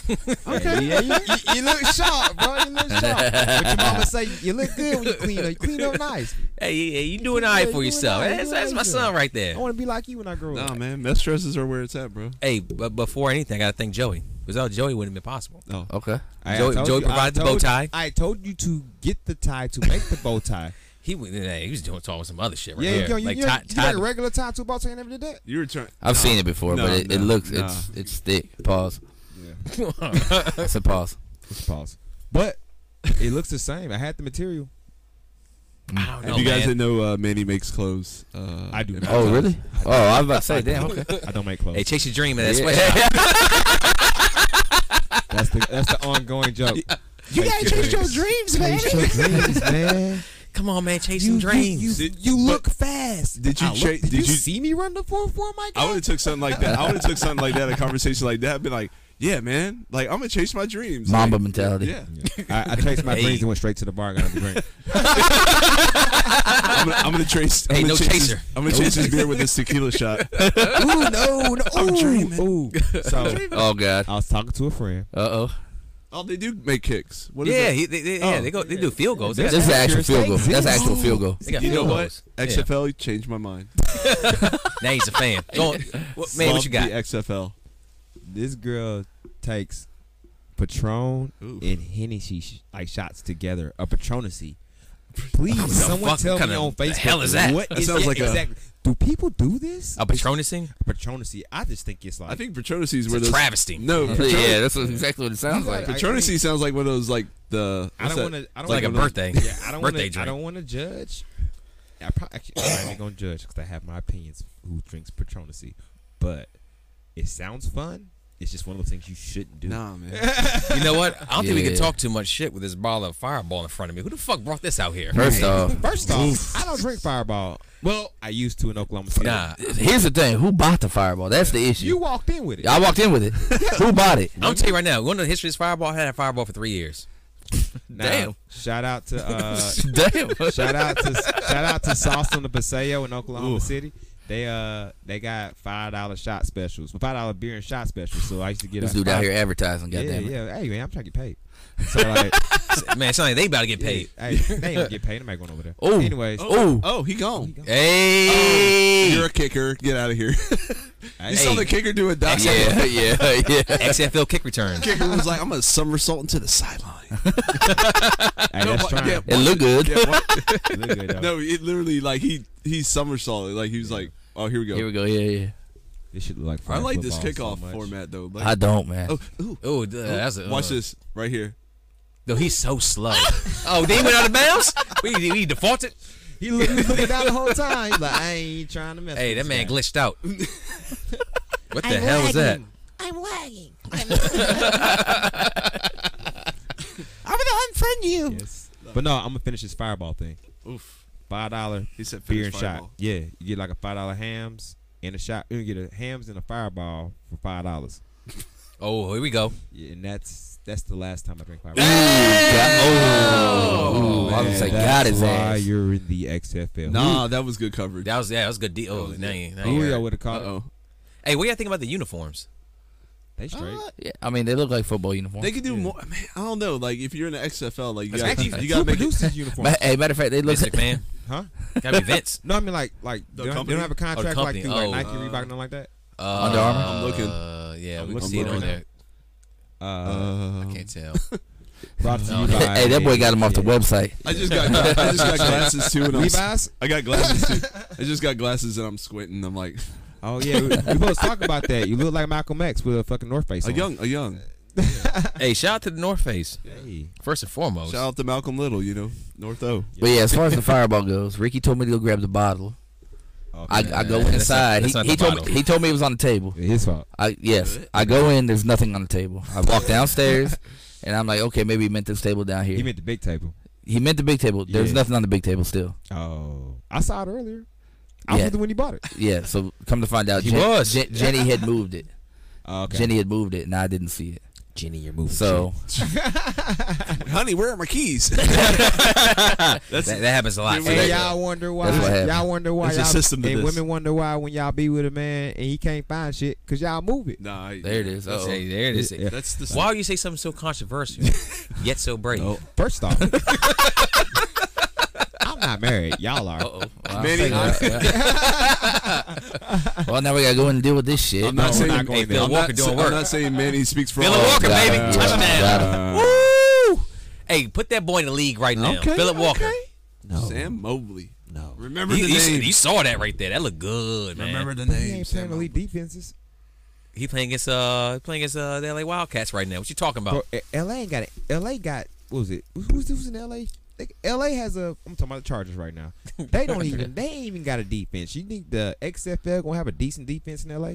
D: Okay. Yeah, you, you, you look sharp, bro. You look sharp. But your mama say you look good when you clean up. You clean up nice.
B: Hey, hey, you doing all right
D: Yeah,
B: for
D: you doing
B: yourself.
D: all right,
B: That's,
D: you doing
B: that's my
D: all right.
B: son right there.
D: I want to be like you when I grow up.
E: Nah, man. Mess dresses are where it's at, bro.
B: Hey, but before anything, I gotta thank Joey. Without Joey, it wouldn't have been possible.
E: Oh.
C: Okay.
D: I- I
B: Joey-
D: told
B: Joey
D: you- I
B: provides the bow
D: told-
B: tie.
D: I told you to get the tie to make the bow tie.
B: He was, hey, he was doing talking some other shit right
D: Yeah,
B: there.
D: you, go- you,
B: like
D: you,
B: Ty-
D: you
B: Ty-
D: got a regular tie to a bow tie and everything that.
E: You were trying.
C: I've
E: Nah.
C: seen it before,
E: No,
C: but it, it
E: no,
C: looks
E: no.
C: it's it's thick. Pause. It's a pause.
D: Let's pause. But it looks the same. I had the material.
B: I don't
E: If
B: know,
E: you guys
B: Oh, man.
E: didn't know, uh, Manny makes clothes. Uh,
D: I do
E: and-
D: not.
C: Oh really? Oh, I was about to say, damn. Okay.
D: I don't make clothes.
B: Hey, chase your dream in that
C: Yeah.
B: sweatshop.
D: That's the that's the ongoing joke.
F: You gotta chase your dreams, man.
D: Chase your dreams, man.
B: Come on, man, chase some dreams.
D: you look fast.
E: Did you
D: I looked-
E: change-
D: did,
E: did
D: you
E: you-
D: see me run the four four, my guy?
E: I would have took something like that. I would have took something like that, a conversation like that, been like, yeah, man, like I'm gonna chase my dreams.
C: Mamba
E: Like,
C: mentality.
E: Yeah,
D: I, I chased my
B: Hey.
D: dreams and went straight to the bar. Got the drink.
E: I'm gonna, I'm gonna chase. I'm
B: Hey,
E: gonna
B: no
E: chase
B: chaser.
E: This, I'm gonna chase this beer with this tequila shot.
D: ooh, no, no, ooh, ooh. So
C: Oh God.
D: I was talking to a friend.
C: Uh oh.
E: Oh, they do make kicks. What is
B: yeah,
E: it?
B: he, they, they,
D: Oh.
B: yeah, they go. They do field goals. They
C: This
B: got,
C: is an actual field goal.
D: stakes
C: That's
D: in.
C: an actual field goal.
B: they got
E: You know
B: field
E: what?
B: goals. Yeah.
E: XFL changed my mind.
B: Now he's a fan. Go on. What, man,
E: Love
B: what you got?
E: The XFL.
D: This girl takes Patron
E: Ooh.
D: and Hennessy sh- like shots together. A Patronusy. Please, someone
B: fuck
D: tell
B: kinda-
D: me on
B: the
D: Facebook.
B: hell is that?
D: What
B: That
D: is
E: sounds
D: that
E: like a-
D: exactly? do people do this?
B: A Patronising?
D: Patronusy. I just think it's like
E: I think Patronus is
B: It's
E: where
B: a
E: those
B: travesty.
E: No, Patronus,
C: Yeah, that's what- exactly what it sounds like.
D: I-
E: Patronus sounds like one of those like the.
D: I don't
E: what's
D: want
E: that?
D: to. I don't
B: It's like a
D: wanna-
B: birthday.
D: Yeah, I
B: birthday
D: don't wanna, I
B: drink.
D: don't want to judge. I probably actually I'm not even gonna judge because I have my opinions. Who drinks Patronusy? But it sounds fun. It's just one of those things you shouldn't do.
E: Nah, man.
B: You know what? I don't think we
C: Yeah.
B: can talk too much shit with this ball of fireball in front of me. Who the fuck brought this out here?
C: First off,
D: First off, I don't drink Fireball. Well, I used to in Oklahoma City.
B: Nah,
C: here's the thing: who bought the fireball? That's the
D: you
C: issue.
D: walked in with it.
C: I walked in with it. Who bought it?
B: I'm gonna tell you right now. Going to the history of this fireball, I had a fireball for three years.
D: Now,
C: Damn.
D: Shout out to uh,
C: Damn.
D: shout out to shout out to Sauce on the Paseo in Oklahoma City. They uh they got five dollar shot specials, five dollar beer and shot specials. So I used to get
C: This
D: a
C: dude out
D: five-
C: here advertising.
D: Yeah,
C: Goddamn it.
D: yeah. Hey man, I'm trying to get paid. So like,
B: Man, it's not like they about to get paid.
D: Hey, they ain't gonna get paid. Nobody going over there.
C: Oh.
D: anyways,
C: Oh,
E: Oh, he gone.
B: Hey,
E: You're a kicker. Get out of here. you saw
B: Hey.
E: the kicker do a dive.
C: yeah, yeah, yeah.
B: XFL kick return.
E: Kicker was like, I'm gonna somersault into the sideline.
D: hey, that's trying.
E: yeah,
C: It looked good.
E: Yeah, what?
D: Look good, though.
E: no, it literally like he he somersaulted. Like he was like, oh, here we go.
C: Here we go. Yeah, yeah.
D: This should look like.
E: I
D: flag
E: like this
D: football
E: kickoff
D: so much.
E: format though. Like,
C: I don't, man.
E: oh, ooh,
B: Oh, uh, that's a,
E: watch
B: uh,
E: this right here.
B: Though he's so slow. oh, they went out of bounds. We we defaulted.
D: He look- he was looking down the whole time. He's like, I ain't trying to mess.
B: Hey, that
D: with this
B: man
D: guy.
B: glitched out. What the hell was that?
F: I'm lagging.
D: Yes. But no, I'm gonna finish this fireball thing.
E: Oof.
D: Five dollar
E: He said,
D: beer
E: finish
D: and
E: fireball.
D: shot. Yeah, you get like a five dollar hams and a shot. You can get a hams and a fireball for five dollars.
B: Oh, here we go.
D: Yeah, and that's that's the last time I drink fireball.
C: Ooh, God, oh, ooh, I was
D: Man,
C: like,
D: that's
C: God his
D: why
C: ass.
D: you're in the XFL.
E: Nah, that was good coverage.
B: That was yeah, that was a good deal. Oh, now you- now you
D: Julio
B: heard.
D: would have
E: Uh
D: caught. it.
E: oh.
B: Hey, what do you think about the uniforms?
D: They straight.
C: Yeah, I mean, they look like football uniforms.
E: They could do more. Man, I don't know. Like if you're in the XFL, like you got
D: Actually,
E: you
D: who
E: gotta make it.
D: produces uniform?
C: Ma- hey, matter of fact, they look.
B: Vince McMahon.
D: huh?
B: Gotta be Vince.
D: No, I mean like like they don't, they
E: company?
D: don't have a contract like
B: company.
D: through like
B: Oh.
D: Nike, Reebok, nothing like that.
B: Uh,
C: Under Armour?
E: I'm
B: Uh,
E: looking.
B: yeah,
E: I'm
B: we can
E: looking.
B: see it
E: I'm
B: on
E: looking.
B: there.
D: Uh,
B: I can't tell.
D: brought to
B: no.
D: you by-
C: hey, that boy got him off the
D: Yeah.
C: website.
E: I just got I just got glasses too, and I'm
D: Levi's.
E: I got glasses too. I just got glasses and I'm squinting. I'm like
D: Oh yeah, we, we supposed to talk about that. You look like Malcolm X with a fucking North Face.
E: a
D: on.
E: young a young.
B: hey, shout out to the North Face
D: Hey.
B: first and foremost.
E: Shout out to Malcolm Little, you know North O.
C: But yeah, as far as the fireball goes, Ricky told me to go grab the bottle. I,
D: Okay.
C: I go
B: That's not-
C: inside.
B: that's not
C: he, he
B: the
C: told me,
B: bottle.
C: he told me it was on the table.
D: His fault.
C: I yes, I go in. There's nothing on the table. I walk downstairs, and I'm like, okay, maybe he meant this table down here.
D: He meant the big table.
C: He meant the big table. There's
D: Yeah.
C: nothing on the big table still.
D: Oh, I saw it earlier.
C: Yeah.
D: I was with him when he bought it.
C: Yeah. So come to find out,
B: He
C: Jen-
B: was.
C: Jen- Jenny had moved it.
D: Oh, okay.
C: Jenny had moved it, and I didn't see it.
D: Jenny, you're moving.
C: So
E: Honey, where are my keys?
B: that, that happens a lot.
E: Hey,
B: So that-
D: And y'all wonder
C: That's what
D: why.
C: happened.
D: Y'all wonder why.
E: There's a
D: Y'all,
E: system to
D: and
E: this.
D: women wonder why when y'all be with a man and he can't find shit because y'all move it.
E: nah, I-
C: there it is. Uh-oh.
B: Hey, there it is.
D: Yeah.
E: That's the
B: Oh. Why would you say something so controversial, yet so brave?
D: Oh, first off, I'm not married. Y'all are.
C: Uh-oh. Wow.
E: Manny,
C: well, now we gotta go in and deal with this shit.
E: I'm not
D: No,
E: saying
D: we're not going
E: I'm
B: there. Bill Walker
E: not,
B: doing
E: I'm
B: work.
E: not saying Manny speaks for
B: Bill
E: all.
B: Walker,
C: God.
B: baby,
C: Yeah.
B: touchdown!
C: God.
B: Woo! Hey, put that boy in the league right now,
D: Okay,
B: Philip Walker.
D: okay. No,
E: Sam Mobley.
D: no.
E: Remember
B: You,
E: the
B: you-
E: name.
B: you saw that right there. That looked good, man.
E: Remember the
D: But he
E: name.
D: ain't playing elite defenses.
B: He playing against uh playing against uh the LA Wildcats right now. What you talking
D: Bro,
B: about?
D: eh, LA ain't got it. LA got what was it? Who- Who's, who's in LA? Like, LA has a. I'm talking about the Chargers right now. They don't even. They ain't even got a defense. You think the XFL gonna have a decent defense in LA?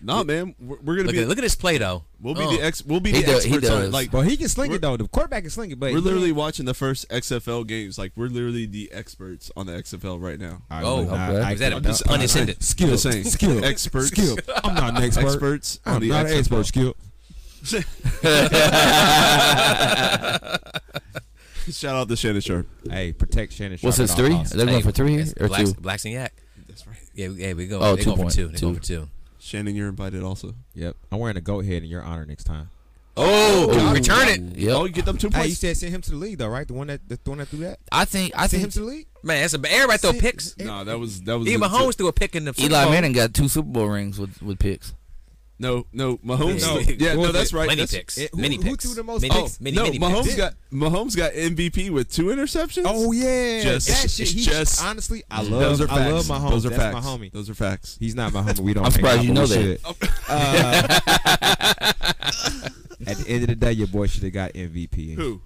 E: Nah, man, we're, we're gonna
B: Look
E: be
B: at, look at this play though.
E: we'll be
B: Uh,
E: the ex we'll be
C: He
E: the
C: does- he
E: experts on it.
C: does.
E: Like
D: Bro, he can sling
E: We're-
D: it though. The quarterback can sling it, but
E: we're literally watching the first XFL games. Like we're literally the experts on the XFL right now.
D: I
B: Oh,
D: would not-
C: okay.
D: I-
B: Is that
D: I'm
B: a-
D: just-
B: unintended?
D: Skill,
E: Just saying.
D: skill,
E: Experts.
D: skill. I'm not an expert.
E: Experts on
D: I'm
E: the
D: not an
E: XFL.
D: expert. Skill.
E: Shout out to Shannon Sharp.
D: Hey, protect Shannon.
C: What's
D: Sharp
C: this,
D: at all
C: three?
D: costs.
C: They're going
B: Hey,
C: for three
B: it's
C: or
B: blacks,
C: two?
B: Blacks and Yak.
E: That's right.
B: Yeah, we- yeah, we go.
C: Oh,
B: they
C: two
B: go
C: point-
B: for two. They go
C: two.
B: for two.
E: Shannon, you're invited also.
D: Yep. I'm wearing a goat head in your honor next time.
B: Oh, return it,
E: Oh,
C: Yep.
E: you get them two
D: Hey, you
E: points.
D: said send him to the league though, right? The one that the one that threw that.
C: I think I
D: Send him
C: think
D: to the league.
B: man. That's a, everybody throw
D: Six.
B: picks.
E: no, that was that was
B: Even
E: legit.
B: Mahomes threw a pick in the Super
C: Eli
B: Bowl.
C: Manning got two Super Bowl rings with with picks.
E: No, no, Mahomes.
B: No.
E: yeah, no, that's right.
B: Many
E: that's,
B: picks.
D: it- who-
B: many
D: who
B: picks.
D: threw the most
B: many,
E: Oh,
B: many,
E: no,
B: many
E: Mahomes
B: picks.
E: got Mahomes got MVP with two interceptions.
D: Oh yeah,
E: Just-
D: that shit.
E: it's
D: He,
E: just-
D: honestly, I love.
E: those are facts.
D: I love my homie.
E: Those are
D: That's
E: facts.
D: my homie.
E: Those are facts.
D: He's not my homie. We don't.
C: I'm
D: hang
C: surprised
D: out,
C: you
D: but
C: know
D: we should. Uh, at the end of the day, your boy should have got MVP.
E: Who?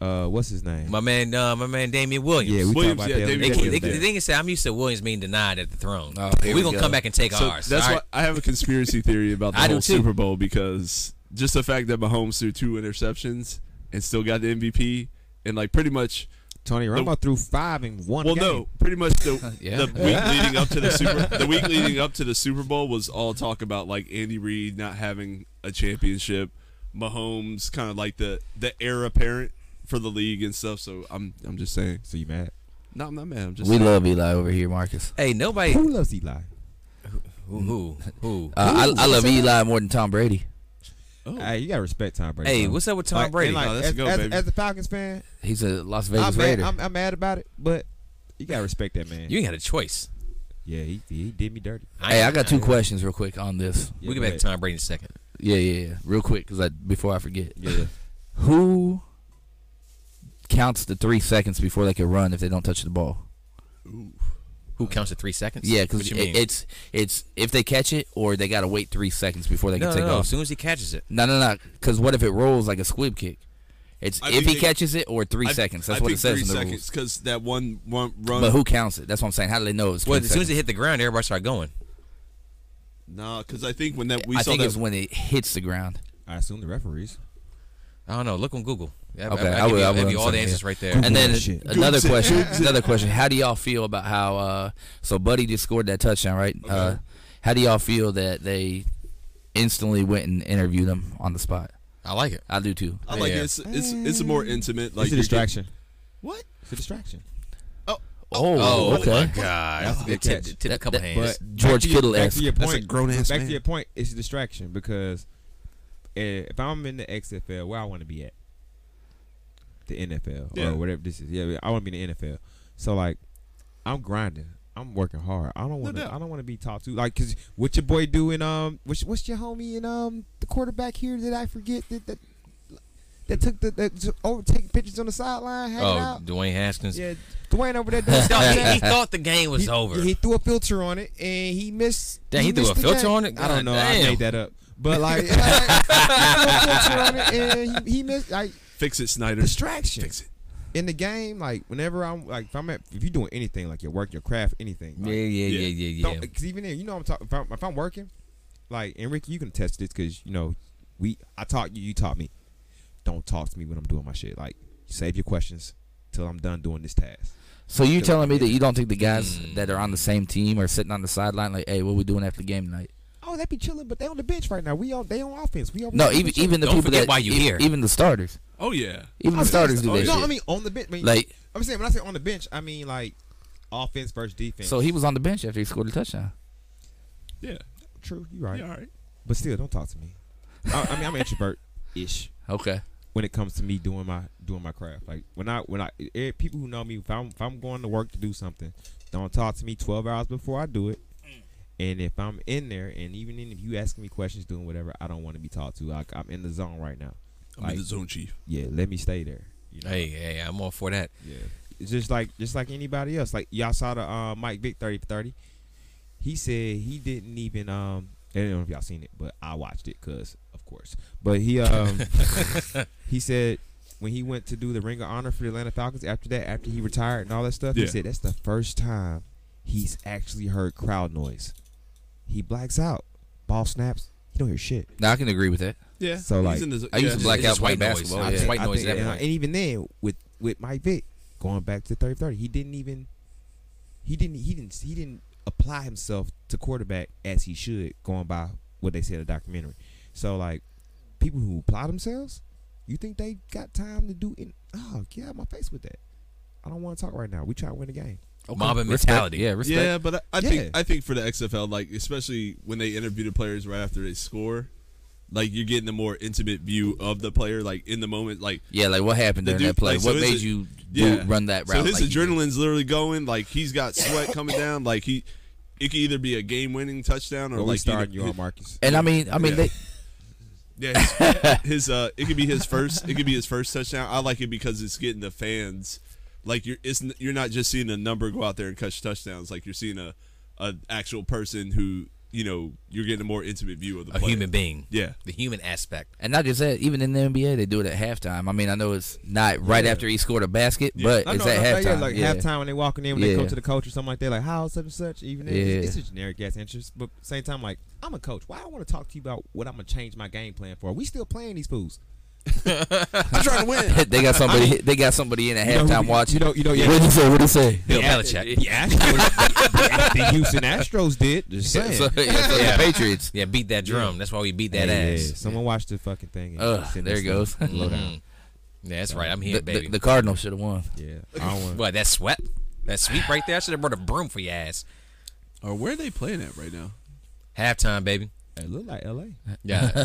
D: Uh, what's his name?
B: My man, uh, my man, Damian Williams.
D: yeah, we
E: Williams,
D: talked about
E: yeah,
D: that.
E: David
B: They,
D: We
E: Yeah,
B: keep-
D: talked
B: they,
D: about
B: the
D: that.
B: thing is, that I'm used to Williams being denied at the throne.
C: Oh,
B: But
C: here
B: we
C: we
B: gonna
C: go.
B: come back and take
E: So
B: ours.
E: that's
B: all
E: why
B: right?
E: I have a conspiracy theory about the
B: I do
E: whole
B: too.
E: Super Bowl because just the fact that Mahomes threw two interceptions and still got the MVP and like pretty much
D: Tony Romo threw five and one.
E: well
D: game.
E: no pretty much the
C: Yeah.
E: the week leading up to the Super the week leading up to the Super Bowl was all talk about like Andy Reid not having a championship, Mahomes kind of like the the heir apparent for the league and stuff. So I'm I'm just saying.
D: So you mad?
E: No, I'm not mad. I'm just
C: We
E: saying.
C: love Eli over here, Marcus.
B: Hey, nobody.
D: Who
B: Who?
D: loves Eli?
B: Who? who?
C: Uh, I, I love Eli more than Tom Brady.
D: Hey, you gotta respect Tom Brady.
B: hey,
D: bro.
B: what's up with Tom
D: Like, and
B: Brady?
D: Like,
E: Oh, that's
D: as,
E: a go,
D: as-
E: baby.
D: as a Falcons fan,
C: He's a Las
D: I'm
C: Vegas
D: mad,
C: Raider.
D: I'm, I'm mad about it, but you gotta respect that man.
B: you ain't got a choice.
D: yeah, he, he did me dirty.
C: Hey, I got two questions real quick on this.
B: We will get back to Tom Brady in a second.
C: Yeah, yeah, yeah. Real quick, cause I before I forget,
D: Yeah,
C: who counts the three seconds before they can run if they don't touch the ball?
B: Who counts to three seconds?
C: Yeah,
B: What
C: because
B: you
C: it,
B: mean?
C: it's it's if they catch it or they gotta wait three seconds before they can
B: no,
C: take
B: no, no. As
C: off.
B: soon as he catches it,
C: No, no, no. Because what if it rolls like a squib kick? It's
E: I
C: if
E: think
C: he
E: it-
C: catches it or three
E: I-
C: seconds. That's
E: I
C: what
E: think
C: it says
E: three
C: in the
E: seconds
C: rules.
E: because that one one run.
C: But who counts it? That's what I'm saying. How do they know it's?
B: well,
C: three
B: as soon as it
C: seconds?
B: hit the ground, everybody start going.
E: Nah, because I think when that we
C: I
E: saw
C: think
E: that
C: it's when it hits the ground.
D: I assume the referees.
B: I don't know. Look on Google. I,
C: Okay,
B: I,
C: I
B: give
C: will-
B: you,
C: I will
B: give you all the
C: understand,
B: answers right there.
C: And then
D: that shit.
C: another
E: Google it.
C: question. Another question. How do y'all feel about how? Uh, so Buddy just scored that touchdown, right? Uh, how do y'all feel that they instantly went and interviewed him on the spot?
B: I like it.
C: I do too.
E: I like
B: Yeah.
E: it. it's it's it's a more intimate like
D: it's a
E: you're
D: distraction.
E: getting- what?
D: It's a distraction.
C: Oh,
B: Oh,
C: okay.
B: my God.
D: That's a good
B: Tip-
D: catch.
B: tip a
C: That-
B: couple
C: that-
B: hands.
D: But
C: George
D: back to your-
C: Kittle
D: Back to your
C: esque.
D: point.
E: That's a grown-ass
D: Back
E: man.
D: to your point. It's a distraction because eh, if I'm in the XFL, where I want to be at, the NFL
E: Yeah.
D: or whatever this is. Yeah, I want to be in the NFL. So like, I'm grinding. I'm working hard. I don't want to.
E: doubt.
D: I don't want to be top two. Like, cause what your boy do in um, what's, what's your homie in um, the quarterback here that I forget that that, that took the that over taking pictures on the sideline, hanging
B: Oh,
D: out.
B: Dwayne Haskins.
D: Yeah, Dwayne over there.
B: He
D: Doing
B: thought, he,
D: something.
B: he thought the game was
D: he,
B: over.
D: He threw a filter on it and he missed.
B: Dang, he threw
D: missed
B: a
D: the
B: filter
D: game.
B: on it?
D: I don't know.
B: Goddamn.
D: I made that up. But like, like, he threw a filter on it and he, he missed like
E: Fix it, Snyder.
D: distraction
E: Fix it.
D: in the game. Like whenever I'm like, if I'm at, if you're doing anything like your work, your craft, anything.
B: yeah,
D: Like,
B: yeah, yeah, yeah, yeah.
D: Because even then, you know, I'm talking. If, I'm- if I'm working, like and Ricky, you can attest to this because you know we. I taught you. You taught me. Don't talk to me when I'm doing my shit. Like save your questions till I'm done doing this task.
C: So you telling me that you don't think the guys
B: Hmm.
C: that are on the same team are sitting on the sideline like, hey, what we doing after the game tonight?
D: Oh, they be chilling, but they on the bench right now. We on they on offense. We on
C: No,
D: we
C: even
D: chilling.
C: even the
B: Don't
C: people
B: forget
C: that
B: why you
C: e-
B: here.
C: even the starters,
E: Oh yeah.
C: even the starters do that
D: oh, no, I
C: shit.
D: mean on the bench. I mean,
C: Like,
D: I'm saying when I say on the bench, I mean like offense versus defense.
C: so he was on the bench after he scored a touchdown.
E: Yeah.
D: true, you're right.
E: Yeah, all right.
D: But still, don't talk to me. I, I mean, I'm an introvert ish
C: Okay.
D: when it comes to me doing my doing my craft. Like when I when I eh, people who know me, if I'm if I'm going to work to do something, don't talk to me 12 hours before I do it. And if I'm in there, and even if you asking me questions, doing whatever, I don't want to be talked to. Like I'm in the zone right now.
E: I'm
D: Like,
E: in the zone, chief.
D: yeah, let me stay there. You know?
B: Hey, hey, I'm all for that.
D: Yeah. It's just like just like anybody else. Like y'all saw the uh, Mike Vick thirty for thirty. He said he didn't even um I don't know if y'all seen it, but I watched it because of course. But he um he said when he went to do the Ring of Honor for the Atlanta Falcons after that, after he retired and all that stuff, he
E: Yeah.
D: said that's the first time he's actually heard crowd noise. He blacks out. ball snaps, you don't hear shit.
C: Now I can agree with that.
E: Yeah.
D: So,
E: he's
D: like,
E: in his-
C: I used
E: yeah,
C: to black
B: it's
C: out
B: just
C: playing
B: white noise.
C: basketball.
B: I
C: yeah.
B: just white
D: Oh, I
B: noise
D: think-
B: at that
D: and,
B: point.
D: and even then, with with Mike Vick going back to thirty thirty, he didn't even he didn't he didn't he didn't apply himself to quarterback as he should, going by what they said in the documentary. So like people who apply themselves, you think they got time to do? In, oh, get out of my face with that. I don't want to talk right now. We try to win the game.
B: Mobbing
C: Respect.
B: mentality.
C: Yeah, respect.
E: Yeah, but I, I
D: Yeah.
E: think I think for the XFL, like especially when they interview the players right after they score, like you're getting a more intimate view of the player, like in the moment, like
C: Yeah, like what happened
E: The
C: during
E: dude-
C: that play?
E: like, so
C: what
E: his-
C: made you do,
E: yeah,
C: run that route?
E: So his
C: like you did?
E: adrenaline's literally going, like he's got sweat coming down, like he it could either be a game winning touchdown or
D: Or we
E: like
D: starting you
E: either,
D: on Marcus.
C: And I mean, I mean,
E: Yeah.
C: they,
E: yeah, his, his, uh, it could be his first, it could be his first touchdown. I like it because it's getting the fans, like you're it's n- you're not just seeing a number go out there and catch touchdowns, like you're seeing a, a actual person who you know you're getting a more intimate view of the
B: A
E: player.
B: human being.
E: Yeah.
B: The human aspect.
C: and not just that. Even in the NBA, they do it at halftime. I mean, I know it's not right after he scored a basket, but
D: I
C: it's
D: know,
C: at
D: I know, yeah,
C: halftime.
D: like
C: yeah.
D: halftime when they walking in, when they
C: Yeah.
D: go to the coach or something like that, like how such and such. Even then,
C: Yeah.
D: it's, it's a generic ass interest, but same time, like I'm a coach. Why I want to talk to you about what I'm gonna change my game plan for? we still playing these fools?
E: I'm trying to win.
C: they got somebody. They got somebody in at
D: You know who-
C: halftime watching.
D: You know, you know, yeah.
C: What do you say? What do you say?
B: Bill
D: Yeah.
B: Belichick.
D: The Astros, the Houston Astros did. Just
C: So,
D: saying.
C: so the
B: Yeah.
C: Patriots.
B: Yeah, beat that drum. That's why we beat that
D: Hey, yeah,
B: ass.
D: Someone watched the fucking thing. and
C: Ugh,
D: sent
C: there
D: us
C: it goes.
D: the lowdown.
B: Mm-hmm. Yeah, that's right. I'm
C: The,
B: here, baby.
C: the, the Cardinals should have won.
D: Yeah, I don't want.
B: what, that sweat? That sweep right there? I should have brought a broom for your ass.
E: Or where are they playing at right now?
B: Halftime, baby.
D: It look like L.A.
B: Yeah.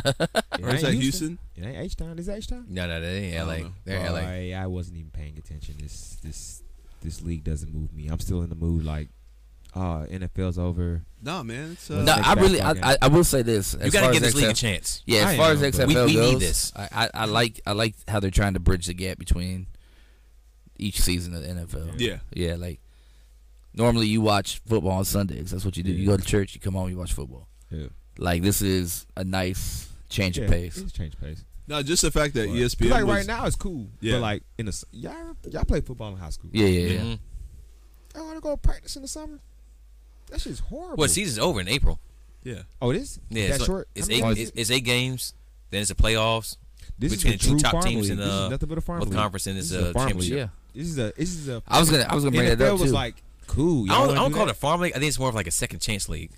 E: Or is that Houston?
D: It ain't H town. Is H town?
B: no, no, they ain't
E: I don't
B: LA.
E: know.
B: They're LA.
D: Boy, I wasn't even paying attention. This this this league doesn't move me. I'm still in the mood like, uh, NFL's over.
E: No, man. It's, uh,
D: Well,
C: No,
D: Next
C: I really.
D: basketball
C: I, I, I will say this.
B: You
C: as
B: got
C: far
B: to give
C: as
B: this league a
C: XFL
B: chance.
C: Yeah, as
D: I
C: far
D: am,
C: as
D: but-
C: XFL
B: We- we need
C: goes,
B: this.
C: I, I, I like I like how they're trying to bridge the gap between each season of the NFL.
E: Yeah.
C: yeah. Like normally you watch football on Sundays. That's what you do. You
D: Yeah.
C: go to church, you come home, you watch football.
D: Yeah,
C: Like this is a nice change
D: yeah
C: of pace.
D: It's change pace.
E: no, just the fact that E
D: But- 'cause,
E: ESPN
D: like
E: was,
D: right now it's cool.
E: Yeah.
D: But like in the s- y'all y'all play football in high school.
C: Yeah, yeah,
E: Mm-hmm.
C: yeah.
B: Mhm.
D: I want to go practice in the summer. That shit's horrible.
B: Well, season's over in April.
E: Yeah.
D: oh, it is.
B: Yeah,
D: that
B: it's, like-
D: short.
B: it's
D: How
B: eight.
D: long is
B: It's,
D: it?
B: it's eight games. Then it's the playoffs.
D: This
B: between
D: is
B: the
D: a
B: two
D: true
B: top
D: farm
B: teams
D: league.
B: in,
D: this
B: uh,
D: is nothing but a farm
B: both
D: league.
B: conference and
D: This
B: it's
D: is
B: a
D: farm league.
B: championship.
C: Yeah.
D: This is a this is a.
C: I was gonna I was gonna bring
D: NFL
C: that up
D: was
C: too.
D: like cool.
B: I
D: Y'all
B: don't, I
D: wanna
B: don't
D: do
B: call it
D: that?
B: a farm league. I think it's more of like a second chance league.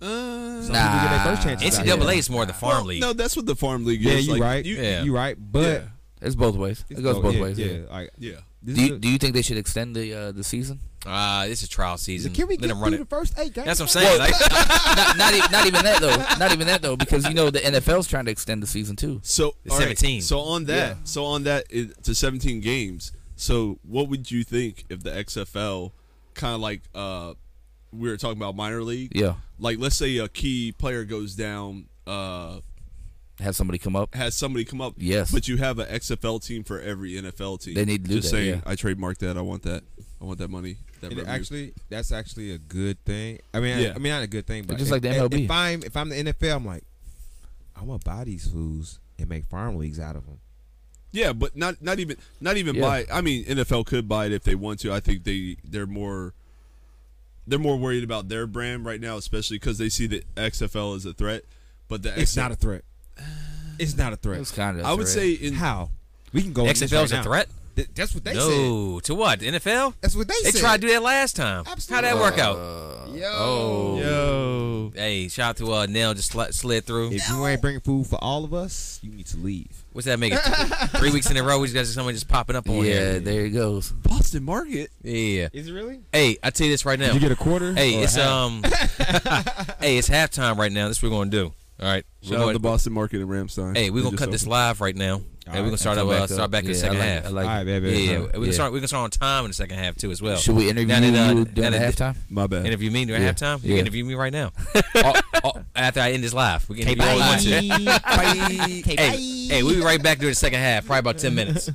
E: Uh,
D: Some people get their
C: Nah.
D: first chances out
B: NCAA
D: here.
B: is more of the
E: well,
B: farm league.
E: No, that's what the farm league
D: Yeah,
E: is.
D: you
E: like,
D: right.
E: You,
B: yeah.
D: You right, but
E: Yeah.
C: it's both ways.
D: it's
C: It goes
D: both-
C: both
D: yeah,
C: ways.
D: Yeah,
C: Yeah.
D: like
E: yeah.
D: this
C: Do
D: is
C: you,
D: a-
C: do you think they should extend the uh, the season?
B: Ah, this is trial season.
D: can we
B: Let
D: get
B: them run
D: through the
B: it.
D: first eight games?
B: That's what I'm saying. Like,
C: not not, e- not even that though. Not even that though, because you know the NFL's trying to extend the season too.
E: So
B: It's
E: all right,
B: 17.
E: So on that, so on that it, to 17 games. So what would you think if the XFL kind of like uh we were talking about minor league?
C: Yeah,
E: Like let's say a key player goes down uh
C: have somebody come up.
E: has somebody come up.
C: Yes.
E: But you have an XFL team for every NFL team.
C: They need to do
E: Just
C: that,
E: saying,
C: yeah.
E: I trademarked that. I want that. I want that money. That
D: And
E: revenue.
D: actually, that's actually a good thing. I mean,
E: Yeah.
D: I, I mean, not a good thing, but
C: just
D: if-
C: like the
D: if-
C: MLB.
D: If I'm if I'm the NFL, I'm like, I'm gonna buy these fools and make farm leagues out of them.
E: yeah, but not not even not even
C: Yeah.
E: buy. I mean, NFL could buy it if they want to. I think they they're more. They're more worried about their brand right now, especially because they see that XFL as a threat. But the
D: It's
E: XFL
D: not a threat. It's not a threat.
C: It's kind of.
E: I would say in
D: How? We can go. in this
B: XFL's
D: right
B: a
D: now.
B: threat?
D: Th- that's what they said.
B: no, to what? The NFL?
D: That's what they,
B: They
D: said.
B: tried to do that last time.
D: Absolutely. Uh,
B: How'd that work out?
D: Yo.
C: Oh.
E: yo,
B: Hey, shout out to uh, Nell just sli- slid through.
D: If you ain't bringing food for all of us, you need to leave.
B: What's that make it? Three weeks in a row, we just got someone just popping up on
C: Yeah,
B: here.
C: there it goes.
E: Boston market.
B: Yeah.
D: Is it really?
B: Hey, I tell you this right now.
D: Did you get a quarter?
B: Hey,
D: or a
B: it's
D: half?
B: um, hey, it's halftime right now. That's what we're gonna do. All right. We're
E: Shout out
B: gonna-
E: to Boston market and Ramstein.
B: Hey, we're
E: They
B: gonna
E: just
B: cut this
E: opened.
B: live right now, and
D: right,
B: we're gonna start up, uh, start back in the
C: Yeah,
B: second
C: I like,
B: half.
C: I
D: All
C: like
D: right,
C: it.
D: baby.
B: yeah,
D: All right.
B: we can start we can start on time in the second half too as well.
C: Should we interview
B: Now that, uh, now
C: you during
B: that-
C: halftime?
E: My bad.
B: Interview me during
C: Yeah.
B: halftime. You
C: Yeah.
B: can interview me right now. Oh, oh, after I end this live, we can interview all live.
D: Bye.
B: Hey, hey, we'll be right back during the second half, probably about ten minutes.